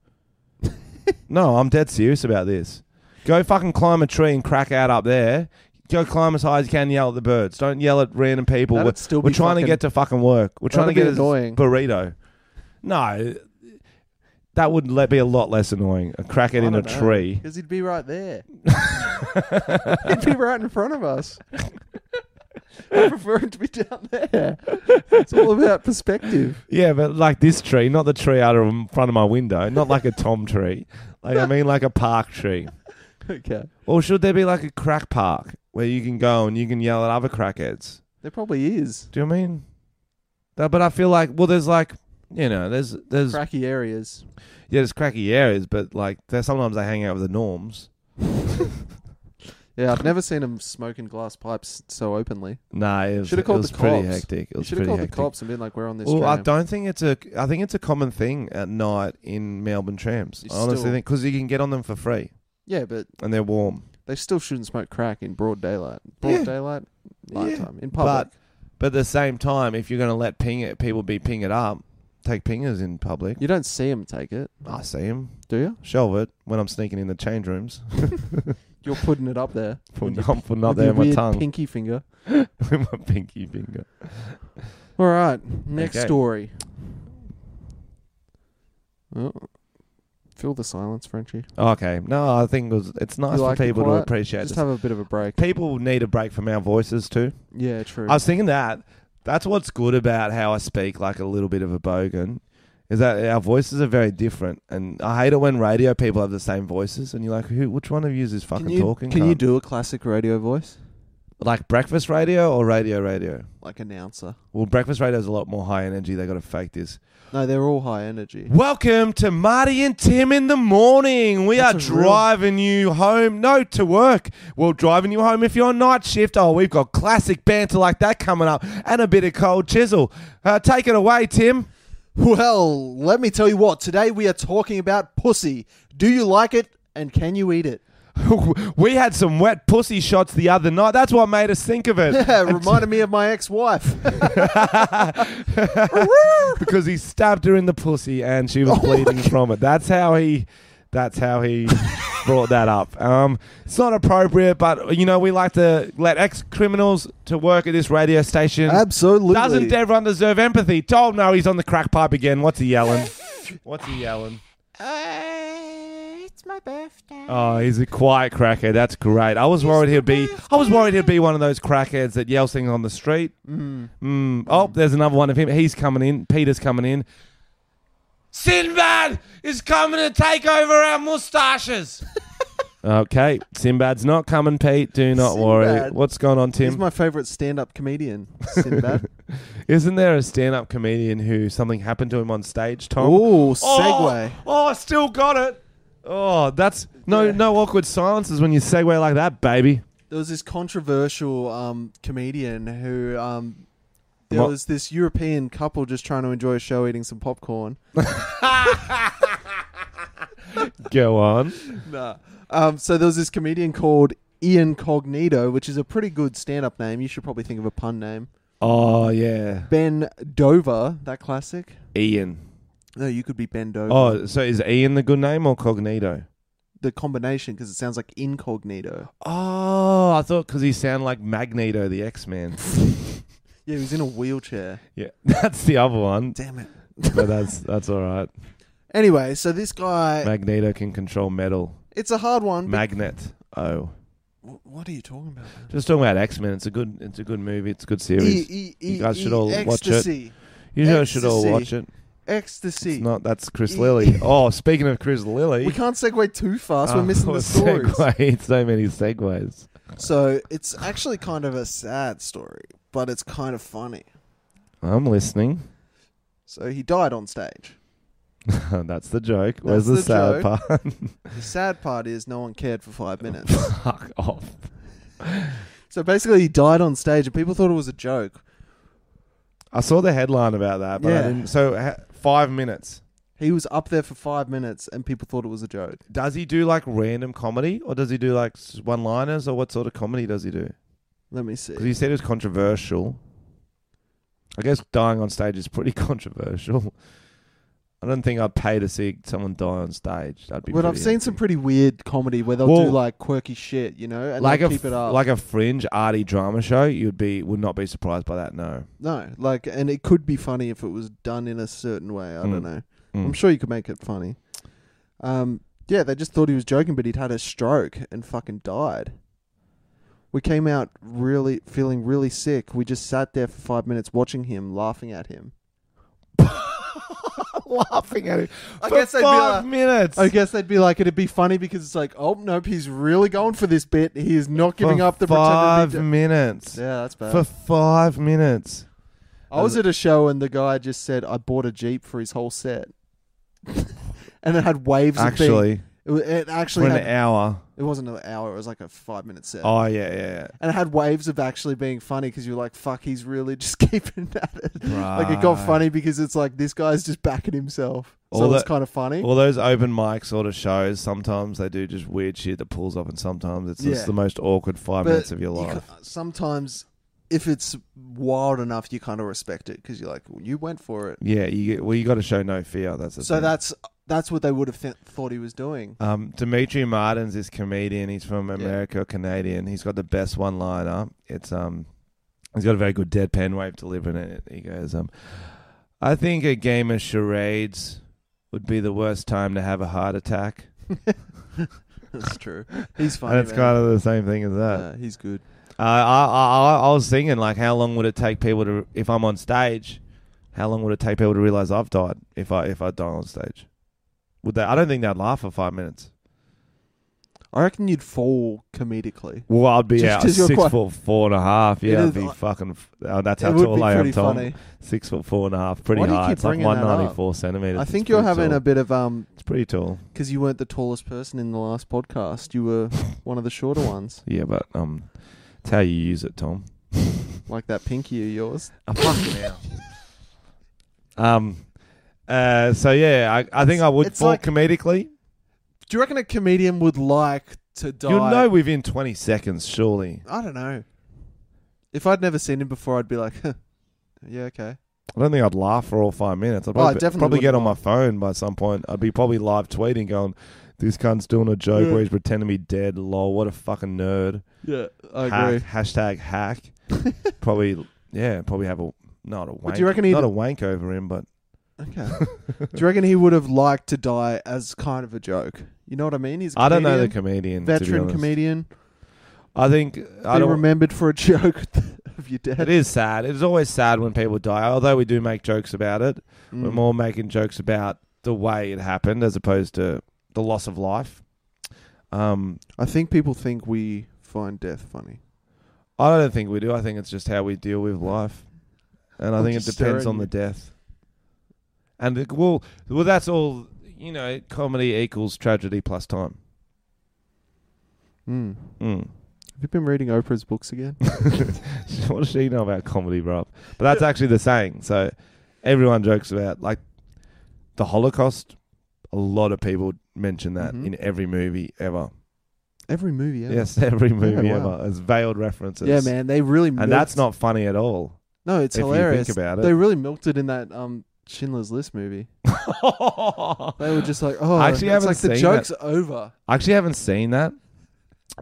C: no, I'm dead serious about this. Go fucking climb a tree and crack out up there. Go climb as high as you can. Yell at the birds. Don't yell at random people.
B: That'd
C: We're,
B: still
C: we're
B: be
C: trying to
B: fucking-
C: get to fucking work. We're trying to
B: That'd be
C: get a
B: annoying.
C: burrito. No, that would le- be a lot less annoying. A crackhead in a tree.
B: because he'd be right there. he'd be right in front of us. I prefer him to be down there. It's all about perspective.
C: Yeah, but like this tree, not the tree out of in front of my window, not like a tom tree. Like I mean, like a park tree.
B: Okay,
C: Or should there be like a crack park where you can go and you can yell at other crackheads?
B: there probably is
C: Do you know what I mean? No, but I feel like well, there's like you know, there's there's
B: cracky areas.
C: yeah, there's cracky areas, but like there's sometimes they hang out with the norms.
B: Yeah, I've never seen him smoking glass pipes so openly.
C: Nah, it was,
B: Shoulda
C: it
B: called
C: was
B: the
C: pretty
B: cops.
C: hectic. It
B: You
C: was
B: should have
C: pretty
B: called
C: hectic.
B: the cops and been like, "We're on this
C: Well, I
B: tram."
C: don't think it's a. I think it's a common thing at night in Melbourne trams.
B: It's
C: I honestly
B: still-
C: think because you can get on them for free
B: Yeah, but
C: and they're warm.
B: they still shouldn't smoke crack in broad daylight. Broad
C: Yeah.
B: daylight,
C: Yeah.
B: nighttime in public.
C: But at the same time, if you're going to let ping it, people be ping it up, take pingers in public.
B: you don't see them take it,
C: I see him.
B: do you?
C: Shelve it when I'm sneaking in the change rooms.
B: You're putting it up there.
C: Putting-
B: with your-
C: I'm putting up
B: with
C: there
B: your
C: with my
B: weird
C: tongue.
B: pinky finger.
C: with my pinky finger.
B: All right, next
C: Okay.
B: story. Oh, fill the silence, Frenchie.
C: Okay. No, I think it was, it's nice
B: You like
C: for
B: the
C: people to
B: quiet?
C: appreciate
B: Just
C: this.
B: have a bit of a break.
C: people need a break from our voices too.
B: Yeah, true.
C: I was thinking that. That's what's good about how I speak like a little bit of a bogan. Is that our voices are very different, and I hate it when radio people have the same voices, and you're like, "Who? Which one of you is fucking
B: can you,
C: talking?"
B: can you
C: cunt?
B: do a classic radio voice,
C: like breakfast radio or radio radio?
B: like announcer?
C: Well, breakfast radio's a lot more high energy. They got to fake this.
B: No, they're all high energy.
C: Welcome to Marty and Tim in the morning. We
B: That's
C: are
B: a real-
C: driving you home. No, to work. Well, driving you home if you're on night shift. Oh, we've got classic banter like that coming up, and a bit of cold chisel. Uh, take it away, Tim.
B: Well, let me tell you what. Today we are talking about pussy. Do you like it, and can you eat it?
C: we had some wet pussy shots the other night. That's what made us think of it.
B: Yeah, reminded me of my ex-wife.
C: because he stabbed her in the pussy and she was bleeding from it. That's how he. That's how he brought that up. Um, it's not appropriate, but you know we like to let ex criminals to work at this radio station.
B: Absolutely.
C: Doesn't everyone deserve empathy? Told no, he's on the crack pipe again. What's he yelling? What's he yelling?
E: Uh, it's my birthday.
C: Oh, he's a quiet cracker. That's great. I was worried he'd be. I was worried he'd be one of those crackheads that yells things on the street. Mm. Oh, there's another one of him. He's coming in. Peter's coming in. Sinbad is coming to take over our mustaches. okay, Sinbad's not coming, Pete. Do not worry.
B: Sinbad.
C: What's going on,
B: He's
C: Tim?
B: my favorite stand-up comedian, Sinbad.
C: Isn't there a stand-up comedian who something happened to him on stage? Tom.
B: Ooh, segue.
C: Oh, oh, I still got it. Oh, that's no no awkward silences when you segue like that, baby.
B: There was this controversial um, comedian who um, there
C: What?
B: was this European couple just trying to enjoy a show, eating some popcorn.
C: Go on.
B: Um, so there was this comedian called Ian Cognito, which is a pretty good stand-up name. You should probably think of a pun name.
C: Oh yeah,
B: Ben Dover, that classic.
C: Ian.
B: No, you could be Ben Dover.
C: Oh, so is Ian the good name or Cognito?
B: The combination because it sounds like incognito.
C: Oh, I thought because he sounded like Magneto, the X Man.
B: Yeah, he was in a wheelchair.
C: yeah, that's the other one.
B: Damn it.
C: But that's that's all right.
B: Anyway, so this guy,
C: Magneto can control metal.
B: it's a hard one. But
C: Magnet. Oh,
B: Wh- what are you talking about? man?
C: just talking about X Men. It's a good. It's a good movie. It's a good series.
B: E- e-
C: you guys
B: e-
C: should all watch it.
B: ecstasy.
C: You guys should all
B: Ecstasy.
C: watch it.
B: Ecstasy.
C: It's not. That's Chris
B: E-
C: Lilly. Oh, speaking of Chris Lilly,
B: We can't segue too fast.
C: Ah,
B: We're missing the stories.
C: story. so many segues.
B: So it's actually kind of a sad story, but it's kind of funny.
C: I'm listening.
B: So he died on stage.
C: That's the joke. Where's the,
B: That's
C: sad
B: the
C: part?
B: The sad part is no one cared for five minutes.
C: Fuck off.
B: so basically, he died on stage, and people thought it was a joke.
C: I saw the headline about that, but I
B: Yeah.
C: didn't. So ha- five minutes.
B: He was up there for five minutes, and people thought it was a joke.
C: Does he do like random comedy, or does he do like one liners, or what sort of comedy does he do?
B: Let me
C: Because
B: see.
C: you said it was controversial. I guess dying on stage is pretty controversial. I don't think I'd pay to see someone die on stage. That'd be.
B: But I've
C: pretty
B: seen some pretty weird comedy where they'll
C: Well-
B: do like quirky shit, you know, and
C: like
B: they'll
C: a
B: keep it up.
C: like a fringe arty drama show. You'd be would not be surprised by that. No.
B: no, like, and it could be funny if it was done in a certain way. I
C: Mm.
B: don't know.
C: Mm.
B: I'm sure you could make it funny. Um, yeah, they just thought he was joking, but he'd had a stroke and fucking died. We came out really feeling really sick. We just sat there for five minutes watching him, laughing at him.
C: laughing at it.
B: I
C: for
B: guess they'd be
C: five
B: like-
C: minutes.
B: I guess they'd be like, it'd be funny because it's like, oh nope, he's really going for this bit. He is not giving
C: for
B: up the
C: five
B: pretend. to be
C: minutes.
B: do- yeah, that's bad.
C: For five minutes.
B: I was at a show and the guy just said, I bought a jeep for his whole set, and it Uh, had waves.
C: Actually,
B: of being, it, it actually
C: for an
B: had,
C: hour.
B: it wasn't an hour. It was like a five minute set.
C: Oh yeah, yeah.
B: and it had waves of actually being funny because you're like, fuck, he's really just keeping at it.
C: Right.
B: Like it got funny because it's like this guy's just backing himself, so
C: All
B: it's
C: that-
B: kind of funny.
C: All those open mic sort of shows. Sometimes they do just weird shit that pulls up, and sometimes it's
B: Yeah.
C: just the most awkward five
B: But
C: minutes of your
B: you
C: life.
B: ca- sometimes, if it's wild enough, you kind of respect it because you're like, well, you went for it.
C: yeah, you get, well, you got to show no fear. That's the
B: so
C: thing.
B: that's that's what they would have th- thought he was doing.
C: Um, Dimitri Martin's this comedian. He's from America, Canadian. He's got the best one liner. It's um, he's got a very good deadpan way of delivering it. He goes, um, I think a game of charades would be the worst time to have a heart attack.
B: That's true. He's funny.
C: That's
B: man.
C: kind of the same thing as that.
B: Yeah, he's good.
C: Uh, I, I I I was thinking like, how long would it take people to if I'm on stage? How long would it take people to realize I've died if I if I die on stage? Would they? I don't think they'd laugh for five minutes.
B: I reckon you'd fall comedically.
C: Well, I'd be
B: Just
C: out
B: as you're
C: six
B: quite-
C: foot four and a half. Yeah,
B: It
C: I'd
B: is-
C: be fucking. f- Oh, that's how
B: it would
C: tall
B: be
C: I am,
B: pretty
C: Tom.
B: funny.
C: Six foot four and a half, pretty
B: Why do you
C: high.
B: keep
C: It's like
B: bringing that
C: one
B: up?
C: ninety four centimeters.
B: I
C: It's
B: think you're
C: pretty
B: having
C: tall.
B: a bit of um
C: It's pretty tall.
B: because you weren't the tallest person in the last podcast. You were one of the shorter ones,
C: Yeah, but um, it's how you use it, Tom.
B: like that pinky of yours.
C: I'm fucking out. Um. Uh. So yeah, I, I think I would
B: it's
C: fall
B: like-
C: comedically.
B: Do you reckon a comedian would like to die.
C: You'll know within 20 seconds, surely.
B: I don't know. If I'd never seen him before, I'd be like, huh, yeah, okay.
C: I don't think I'd laugh for all five minutes. I'd
B: Oh, I
C: probably,
B: definitely
C: probably get
B: wouldn't
C: on my phone by some point. I'd be probably live tweeting going, this cunt's doing a joke
B: Yeah.
C: where he's pretending to be dead. Lol, what a fucking nerd.
B: Yeah, I
C: hack,
B: agree.
C: Hashtag hack. probably, yeah, probably have a, not a wank.
B: do you reckon he'd-
C: not a wank over him, but
B: Okay. Do you reckon he would have liked to die as kind of a joke? You know what I mean? He's a
C: I don't know the
B: comedian,
C: comedian. to be
B: veteran
C: honest.
B: comedian.
C: I think, I
B: be
C: don't,
B: remembered for a joke of your
C: It
B: dad.
C: is sad. It is always sad when people die. Although we do make jokes about it,
B: Mm.
C: we're more making jokes about the way it happened as opposed to the loss of life. Um,
B: I think people think we find death funny.
C: I don't think we do. I think it's just how we deal with life, and I
B: I'm
C: think it
B: just staring
C: depends on
B: you.
C: the death. And it, well, well, that's all. You know, comedy equals tragedy plus time.
B: Mm.
C: Mm.
B: Have you been reading Oprah's books again?
C: what does she know about comedy, bro? But that's actually the saying. So everyone jokes about like the Holocaust. A lot of people mention that
B: Mhm.
C: in every movie ever.
B: Every movie, ever.
C: Yes, every movie
B: wow.
C: ever. It's veiled references.
B: Yeah, man, they really milked,
C: And that's not funny at all.
B: no, it's
C: if you think
B: hilarious.
C: about it.
B: They really milked it in that um Schindler's List movie.
C: I
B: They were just like, oh,
C: I actually
B: it's
C: haven't
B: like the
C: seen
B: joke's over.
C: actually haven't seen that,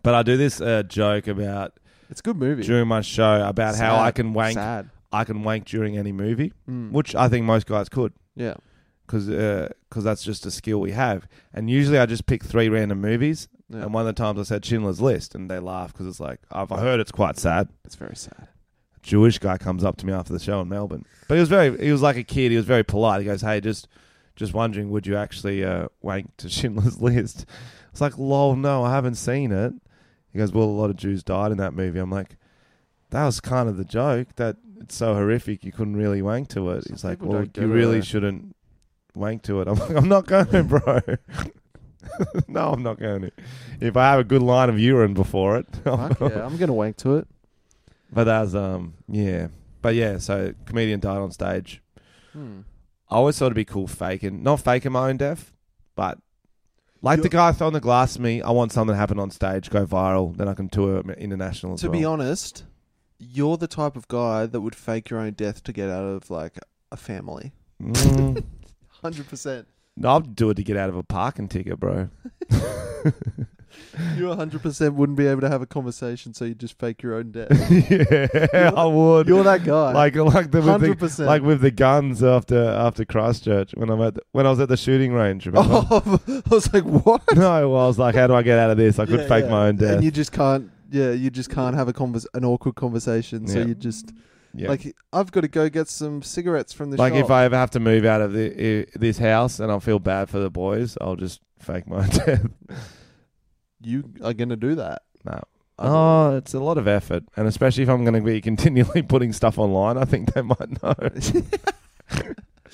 C: but I do this uh, joke about
B: It's a good movie.
C: during my show about how
B: Sad.
C: I can wank.
B: Sad.
C: I can wank during any movie,
B: Mm.
C: which I think most guys could.
B: Yeah.
C: because uh, that's just a skill we have. And usually I just pick three random movies.
B: Yeah.
C: And one of the times I said Schindler's List, and they laugh because it's like I've I heard it's quite sad.
B: It's very sad.
C: A Jewish guy comes up to me after the show in Melbourne, but he was very he was like a kid. He was very polite. He goes, "Hey, just just wondering, would you actually uh, wank to Schindler's List?" It's like, "Lol, no, I haven't seen it." He goes, "Well, a lot of Jews died in that movie." I'm like, "That was kind of the joke that it's so horrific you couldn't really wank to it."
B: Some
C: He's like,
B: people
C: "Well,
B: don't get
C: you
B: it,
C: really
B: eh?"
C: shouldn't wank to it." I'm like, "I'm not going, bro." no, I'm not going to. If I have a good line of urine before it,
B: Fuck yeah, I'm gonna wank to it.
C: but that's um yeah. But yeah, so comedian died on stage.
B: Hmm.
C: I always thought it'd be cool faking not faking my own death, but like the
B: Yeah.
C: guy throwing the glass at me, I want something to happen on stage, go viral, then I can tour m- international as
B: To be
C: well.
B: honest, you're the type of guy that would fake your own death to get out of like a family.
C: Mm.
B: Hundred percent.
C: no, I'd do it to get out of a parking ticket, bro.
B: You hundred percent wouldn't be able to have a conversation, so you just fake your own death.
C: yeah, I would.
B: You're that guy.
C: like like the, with the
B: 100%.
C: like with the guns after after Christchurch when I'm at the, when I was at the shooting range. Remember?
B: Oh, I was like, what?
C: No, well, I was like, how do I get out of this? I could
B: Yeah,
C: fake
B: yeah.
C: my own death.
B: And you just can't. Yeah, you just can't have a convers- an awkward conversation. So
C: Yeah.
B: you just
C: yeah.
B: like, I've got to go get some cigarettes from the
C: like
B: shop.
C: if I ever have to move out of the, i- this house and I feel bad for the boys, I'll just fake my death.
B: you are gonna do that.
C: No. Oh, it's a lot of effort, and especially if I'm going to be continually putting stuff online, I think they might know.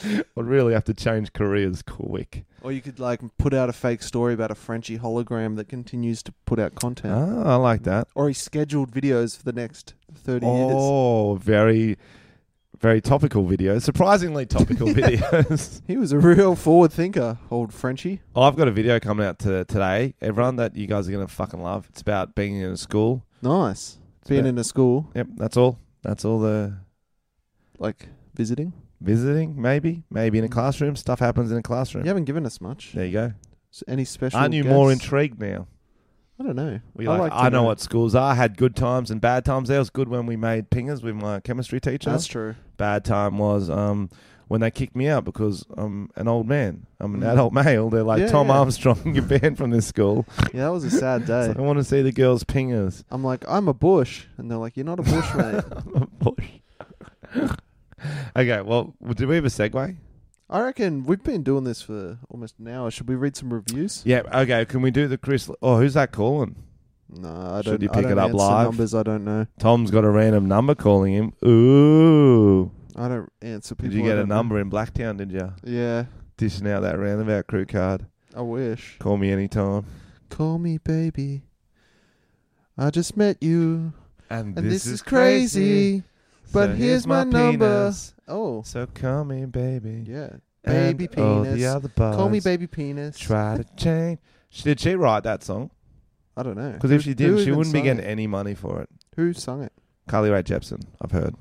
C: I'd really have to change careers quick.
B: Or you could like put out a fake story about a Frenchie hologram that continues to put out content.
C: Ah, I like that.
B: Or he scheduled videos for the next thirty years.
C: Oh, very, very topical videos. Surprisingly topical videos.
B: He was a real forward thinker, old Frenchie.
C: I've got a video coming out to today, everyone, that you guys are going to fucking love. It's about being in a school.
B: Nice. Being
C: about-
B: in a school,
C: Yep, that's all. That's all the
B: like visiting.
C: visiting, maybe, maybe
B: Mm.
C: in a classroom. Stuff happens in a classroom.
B: You haven't given us much.
C: There you go.
B: S- Any special?
C: Aren't you more
B: guests?
C: intrigued now?
B: I don't know.
C: We like,
B: to
C: I know what schools are. I had good times and bad times. There It was good when we made pingers with my chemistry teacher.
B: That's true.
C: bad time was um, when they kicked me out because I'm an old man. I'm an
B: Mm.
C: adult male. They're like
B: Yeah,
C: Tom
B: yeah.
C: Armstrong. You're banned from this school.
B: Yeah, that was a sad
C: It's
B: day.
C: like, I want to see the girls' pingers.
B: I'm like, I'm a bush, and they're like, you're not a bush, mate.
C: okay. Well, did we have a segue?
B: I reckon we've been doing this for almost an hour. Should we read some reviews?
C: Yeah. Okay. Can we do the Chris? Oh, who's that calling?
B: No, I
C: Should
B: don't.
C: you
B: I
C: pick
B: don't
C: it up
B: answer
C: live?
B: Numbers, I don't know.
C: Tom's got a random number calling him. Ooh.
B: I don't answer people.
C: Did you
B: I
C: get a
B: don't know.
C: number in Blacktown, did you?
B: Yeah,
C: Dishing out that roundabout crew card.
B: I wish.
C: Call me anytime.
B: Call me baby. I just met you,
C: And,
B: and this, is crazy. But
C: So
B: here's, my, number.
C: penis.
B: Oh,
C: So call me baby.
B: yeah,
C: And
B: baby
C: all the
B: penis.
C: other
B: Call me
C: bugs
B: baby penis.
C: Try to change. She- Did she write that song?
B: I don't know.
C: Because if
B: Who-
C: she
B: who
C: did, she
B: even
C: wouldn't be
B: sung
C: getting
B: it?
C: any money for it.
B: Who sung it?
C: Carly Rae Jepsen, I've heard.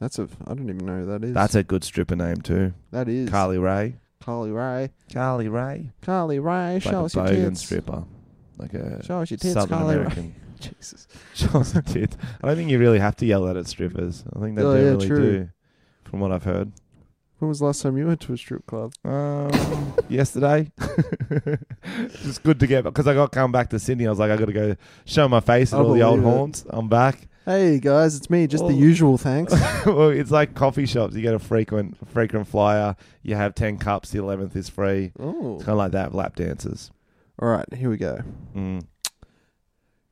B: That's a. I don't even know who that is.
C: That's a good stripper name too.
B: that is
C: Carly Rae.
B: Carly Ray.
C: Carly Rae.
B: Carly Ray.
C: Like
B: show
C: a
B: us your
C: bogan
B: tits.
C: stripper. Like a
B: Show us your tits,
C: uh, Southern
B: Carly Rae.
C: American.
B: Jesus.
C: Show us your tits. I don't think you really have to yell that at strippers. I think they
B: Oh, yeah,
C: generally
B: true.
C: do, from what I've heard.
B: When was the last time you went to a strip club?
C: Um, yesterday, it's good to get because I got come back to Sydney. I was like, I got to go show my face at
B: I
C: all the old
B: believe it.
C: haunts. I'm back.
B: Hey guys, it's me. Just
C: Oh.
B: the usual, thanks.
C: well, it's like coffee shops. You get a frequent frequent flyer. You have ten cups. The eleventh is free.
B: oh.
C: It's kind of like that. Lap dances.
B: All right, here we go.
C: Mm.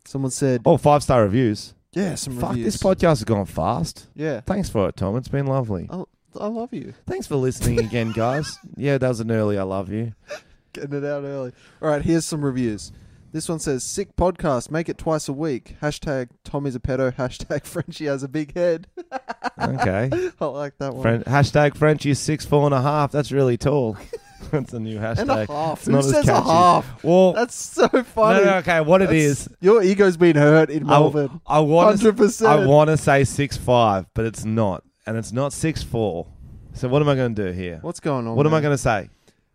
B: Someone said,
C: Oh, five star reviews.
B: "Yeah, some
C: Fuck,
B: reviews.
C: this podcast has gone fast.
B: Yeah,
C: Thanks for it, Tom. It's been lovely.
B: Oh. I love you.
C: Thanks for listening again, guys. Yeah, that was an early. I love you.
B: Getting it out early. All right, here's some reviews. This one says, "Sick podcast. Make it twice a week." Hashtag Tom is a pedo. Hashtag Frenchie has a big head.
C: Okay.
B: I like that one.
C: Fren- hashtag Frenchie is six four and a half. That's really tall. That's a new hashtag.
B: and a half.
C: It's not
B: Who
C: as
B: says a
C: catchy.
B: half?
C: Well,
B: That's so
C: no,
B: funny.
C: no, okay. What it
B: That's-
C: is,
B: Your ego's been hurt in
C: I,
B: Melbourne.
C: I want to
B: Hundred percent.
C: I want to say six five, but it's not, and it's not six four. So what am I going to do here?
B: What's going on?
C: what am I
B: man?
C: going to say?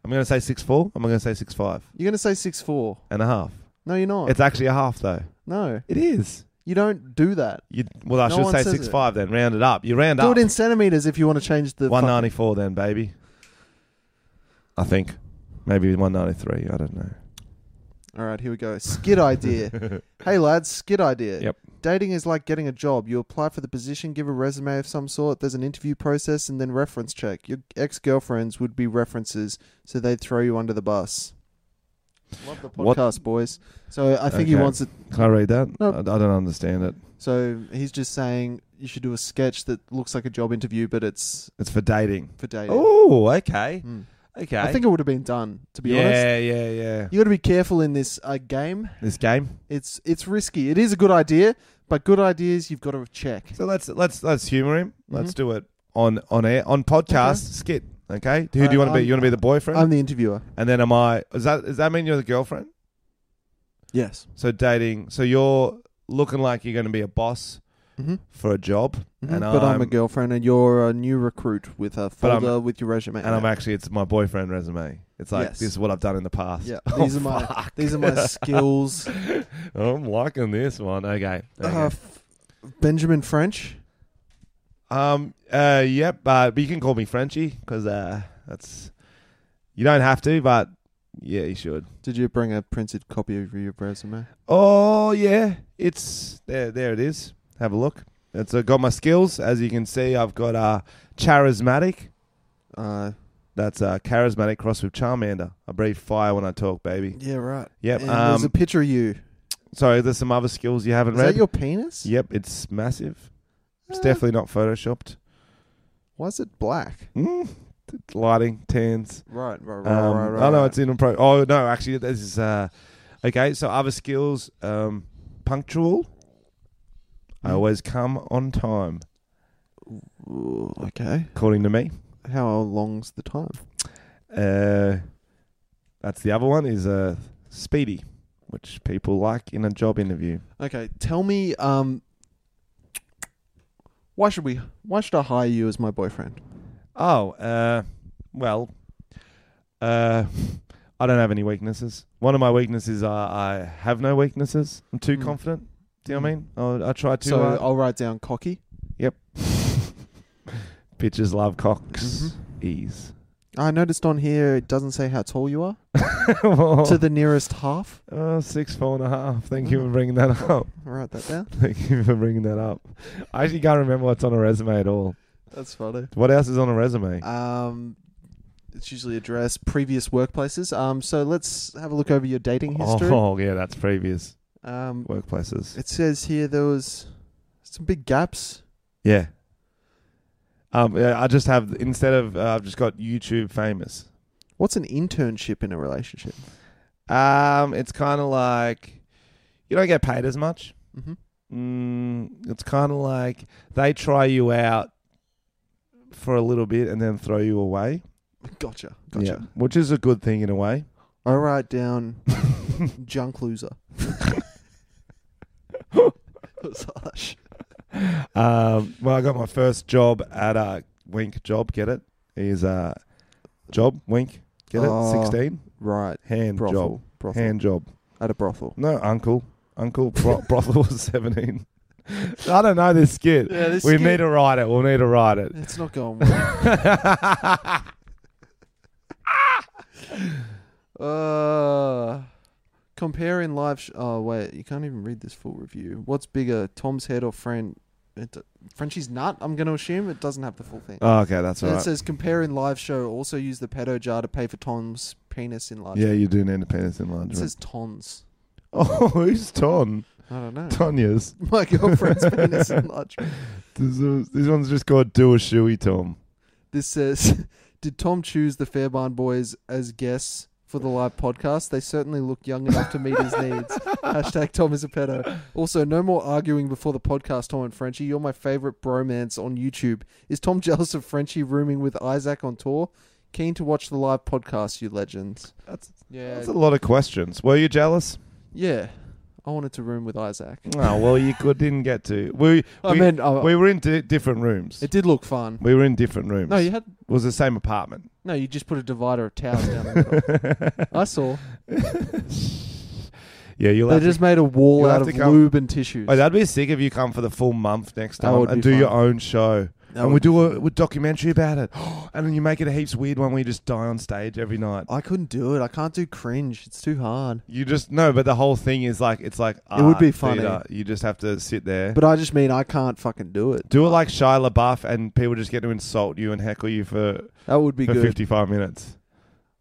C: I'm going to say six four. I'm going to say six five
B: You're gonna say six four?
C: and a half.
B: No, you're not.
C: It's actually a half though.
B: no,
C: It is.
B: you don't do that.
C: You, well, I
B: No
C: should
B: one
C: say
B: says
C: six
B: it.
C: five then. Round it up. You round
B: Do
C: up.
B: it in centimeters if you want to change the.
C: one
B: fucking-
C: ninety four then, baby. I think maybe one ninety three. I don't know.
B: All right, here we go. Skid idea. hey, lads, skid idea.
C: Yep.
B: Dating is like getting a job. You apply for the position, give a resume of some sort, there's an interview process, and then reference check. Your ex girlfriends would be references, so they'd throw you under the bus. Love the
C: What-
B: podcast, boys. So I think he
C: Okay.
B: wants it.
C: Can I read that?
B: No.
C: I, I don't understand it.
B: So he's just saying you should do a sketch that looks like a job interview, but it's
C: It's for dating.
B: for dating.
C: Oh, okay,
B: Hmm.
C: okay.
B: I think it would have been done, to be honest.
C: yeah, yeah, yeah.
B: You got to be careful in this uh, game.
C: This game.
B: It's it's risky. It is a good idea, but good ideas you've got to check.
C: So let's let's let's humor him.
B: Mm-hmm.
C: Let's do it on on air on podcast skit. Okay, who do you
B: Uh,
C: want to be? You want to be the boyfriend,
B: I'm the interviewer.
C: and then am I? Is that does that mean you're the girlfriend?
B: Yes.
C: So dating. So you're looking like you're going to be a boss
B: hmm
C: for a job, and
B: Mm-hmm. but I'm, a girlfriend, and you're a new recruit with a
C: But I'm-
B: folder with your resume.
C: And I'm actually it's my boyfriend resume. It's like
B: Yes.
C: this is what I've done in the past.
B: yeah.
C: Oh,
B: These are my
C: fuck.
B: these are my skills.
C: I'm liking this one. Okay.
B: Uh,
C: okay.
B: f- Benjamin French.
C: um. Uh. Yep. Uh, but you can call me Frenchie because uh, that's you don't have to, but yeah, you should.
B: Did you bring a printed copy of your resume?
C: Oh yeah, it's there. There it is. Have a look. It's uh, got my skills, as you can see. I've got uh, charismatic.
B: Uh,
C: That's uh, charismatic crossed with charmander. I breathe fire when I talk, baby.
B: yeah, right.
C: Yep.
B: And
C: Um,
B: there's a picture of you.
C: sorry, there's some other skills you haven't
B: Is
C: read.
B: that your penis?
C: yep, it's massive. It's
B: Uh,
C: definitely not photoshopped.
B: Why is it black?
C: Mm. Lighting, tans.
B: Right, right, right,
C: Um,
B: right, right.
C: oh no,
B: right.
C: it's in pro. Oh no, actually, this is uh, okay. So other skills, um, punctual. I
B: Mm.
C: always come on time,
B: Ooh, okay.
C: according to me.
B: How long's the time?
C: Uh, that's the other one is uh, speedy, which people like in a job interview.
B: Okay, tell me, um, why should we? Why should I hire you as my boyfriend?
C: Oh, uh, well, uh, I don't have any weaknesses. One of my weaknesses are I have no weaknesses. I'm too
B: Mm.
C: confident. Do you know what I mean? I, I try too
B: so
C: hard.
B: I'll write down cocky.
C: Bitches love cocks. Ease.
B: I noticed on here it doesn't say how tall you are to
C: oh,
B: the nearest half.
C: Uh, six, four and a half. Thank you for bringing that up.
B: I'll write that down.
C: Thank you for bringing that up. I actually can't remember what's on a resume at all.
B: That's funny.
C: What else is on a resume?
B: Um, it's usually address previous workplaces. Um, so let's have a look over your dating history.
C: Oh, yeah, that's previous
B: Um,
C: workplaces.
B: it says here there was some big gaps.
C: Yeah. Um, yeah, I just have instead of uh, I've just got YouTube famous.
B: What's an internship in a relationship?
C: Um, it's kind of like you don't get paid as much.
B: Mm-hmm.
C: Mm, it's kind of like they try you out for a little bit and then throw you away.
B: Gotcha. Gotcha.
C: Yeah, which is a good thing in a way.
B: I write down junk loser. was harsh.
C: Um, well, I got my first job at uh, Wink Job. Get it? Is uh, job Wink? Get it?
B: Oh.
C: Sixteen
B: Right.
C: hand
B: Brothel.
C: job.
B: Brothel.
C: Hand job.
B: At a brothel.
C: No, uncle. Uncle bro- brothel was seventeen. I don't know this skit.
B: Yeah, this
C: we
B: skit-
C: need to write it. We'll need to write it.
B: It's not going well. Uh, comparing live. Sh- oh wait, you can't even read this full review. What's bigger, Tom's head or Fran? It, Frenchie's nut. I'm going to assume it doesn't have the full thing.
C: oh, okay, that's all
B: and it
C: right.
B: says comparing live show. Also use the pedo jar to pay for Tom's penis in live.
C: Yeah,
B: show.
C: you do need a penis
B: it
C: enlargement.
B: says tons.
C: Oh, who's Ton?
B: I don't know.
C: Tonya's.
B: My girlfriend's penis enlargement.
C: This, is- uh, this one's just called Do a Shoey Tom.
B: This says, did Tom choose the Fairbairn boys as guests for the live podcast? They certainly look young enough to meet his needs. Hashtag Tom is a pedo. Also, no more arguing before the podcast, Tom and Frenchie. You're my favorite bromance on YouTube. Is Tom jealous of Frenchie rooming with Isaac on tour? Keen to watch the live podcast, you legends.
C: That's,
B: Yeah.
C: that's a lot of questions. Were you jealous?
B: yeah. I wanted to room with Isaac.
C: Oh, well, you could, didn't get to. We,
B: I
C: we,
B: mean, I-
C: we were in di- different rooms.
B: It did look fun.
C: we were in different rooms.
B: No, you had
C: It was the same apartment.
B: no. You just put a divider of towels down the middle. I saw.
C: Yeah, you'll
B: They
C: have to
B: just made a wall
C: you'll
B: out of
C: have to come-
B: lube and tissues.
C: Oh, that'd be sick if you come for the full month next
B: That
C: time
B: would
C: and
B: be
C: do your
B: fun.
C: own show.
B: That
C: and we
B: would be
C: do a, a documentary about it. and then you make it a heaps weird one where you just die on stage every night.
B: I couldn't do it. I can't do cringe. It's too hard.
C: You just no, but the whole thing is like it's like
B: It would
C: art
B: be funny.
C: theater. You just have to sit there.
B: But I just mean I can't fucking do it.
C: do it like Shia LaBeouf, and people just get to insult you and heckle you for,
B: That would be
C: for
B: good.
C: fifty five minutes.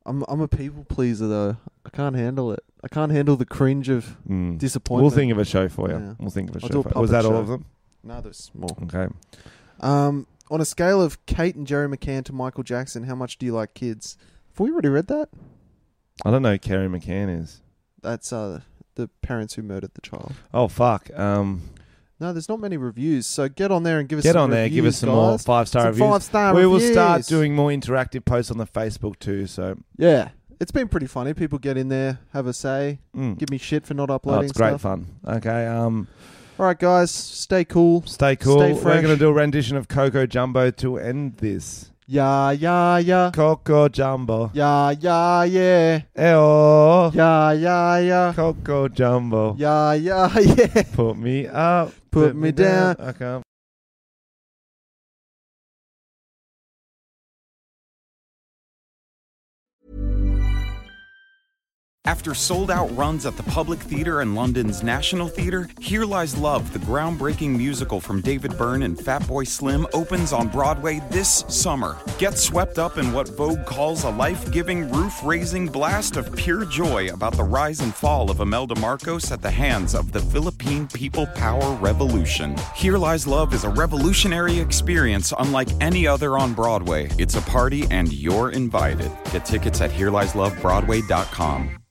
B: I'm I'm a people pleaser though. I can't handle it. I can't handle the cringe of
C: Mm.
B: disappointment.
C: We'll think of a show for you.
B: Yeah.
C: We'll think of a
B: I'll
C: show.
B: do a
C: for you. Was that
B: puppet show.
C: all of them?
B: no, there's more.
C: Okay.
B: Um, on a scale of Kate and Jerry McCann to Michael Jackson, how much do you like kids? Have we already read that?
C: I don't know who Kerry McCann is.
B: That's uh the parents who murdered the child.
C: Oh fuck. Um,
B: No, there's not many reviews. So get on there and give us
C: get
B: some
C: on there. Give
B: reviews,
C: us some more
B: guys.
C: five star
B: Some
C: reviews.
B: five-star
C: we will start
B: reviews.
C: doing more interactive posts on the Facebook too. So
B: Yeah, it's been pretty funny. People get in there, have a say,
C: mm.
B: give me shit for not
C: oh,
B: uploading
C: it's great
B: stuff.
C: fun. Okay. Um,
B: All right, guys, stay cool.
C: stay cool.
B: Stay
C: We're
B: fresh.
C: gonna do a rendition of Coco Jumbo to end this.
B: Yeah, yeah, yeah.
C: Coco Jumbo.
B: Yeah, yeah, yeah.
C: Eyo.
B: Yeah, yeah, yeah.
C: Coco Jumbo.
B: Yeah, yeah, yeah.
C: Put me up.
B: Put me down.
C: I can't
A: After sold out runs at the Public Theatre and London's National Theatre, Here Lies Love, the groundbreaking musical from David Byrne and Fatboy Slim, opens on Broadway this summer. Get swept up in what Vogue calls a life giving, roof raising blast of pure joy about the rise and fall of Imelda Marcos at the hands of the Philippine People Power Revolution. Here Lies Love is a revolutionary experience unlike any other on Broadway. It's a party, and you're invited. Get tickets at HereLiesLoveBroadway.com.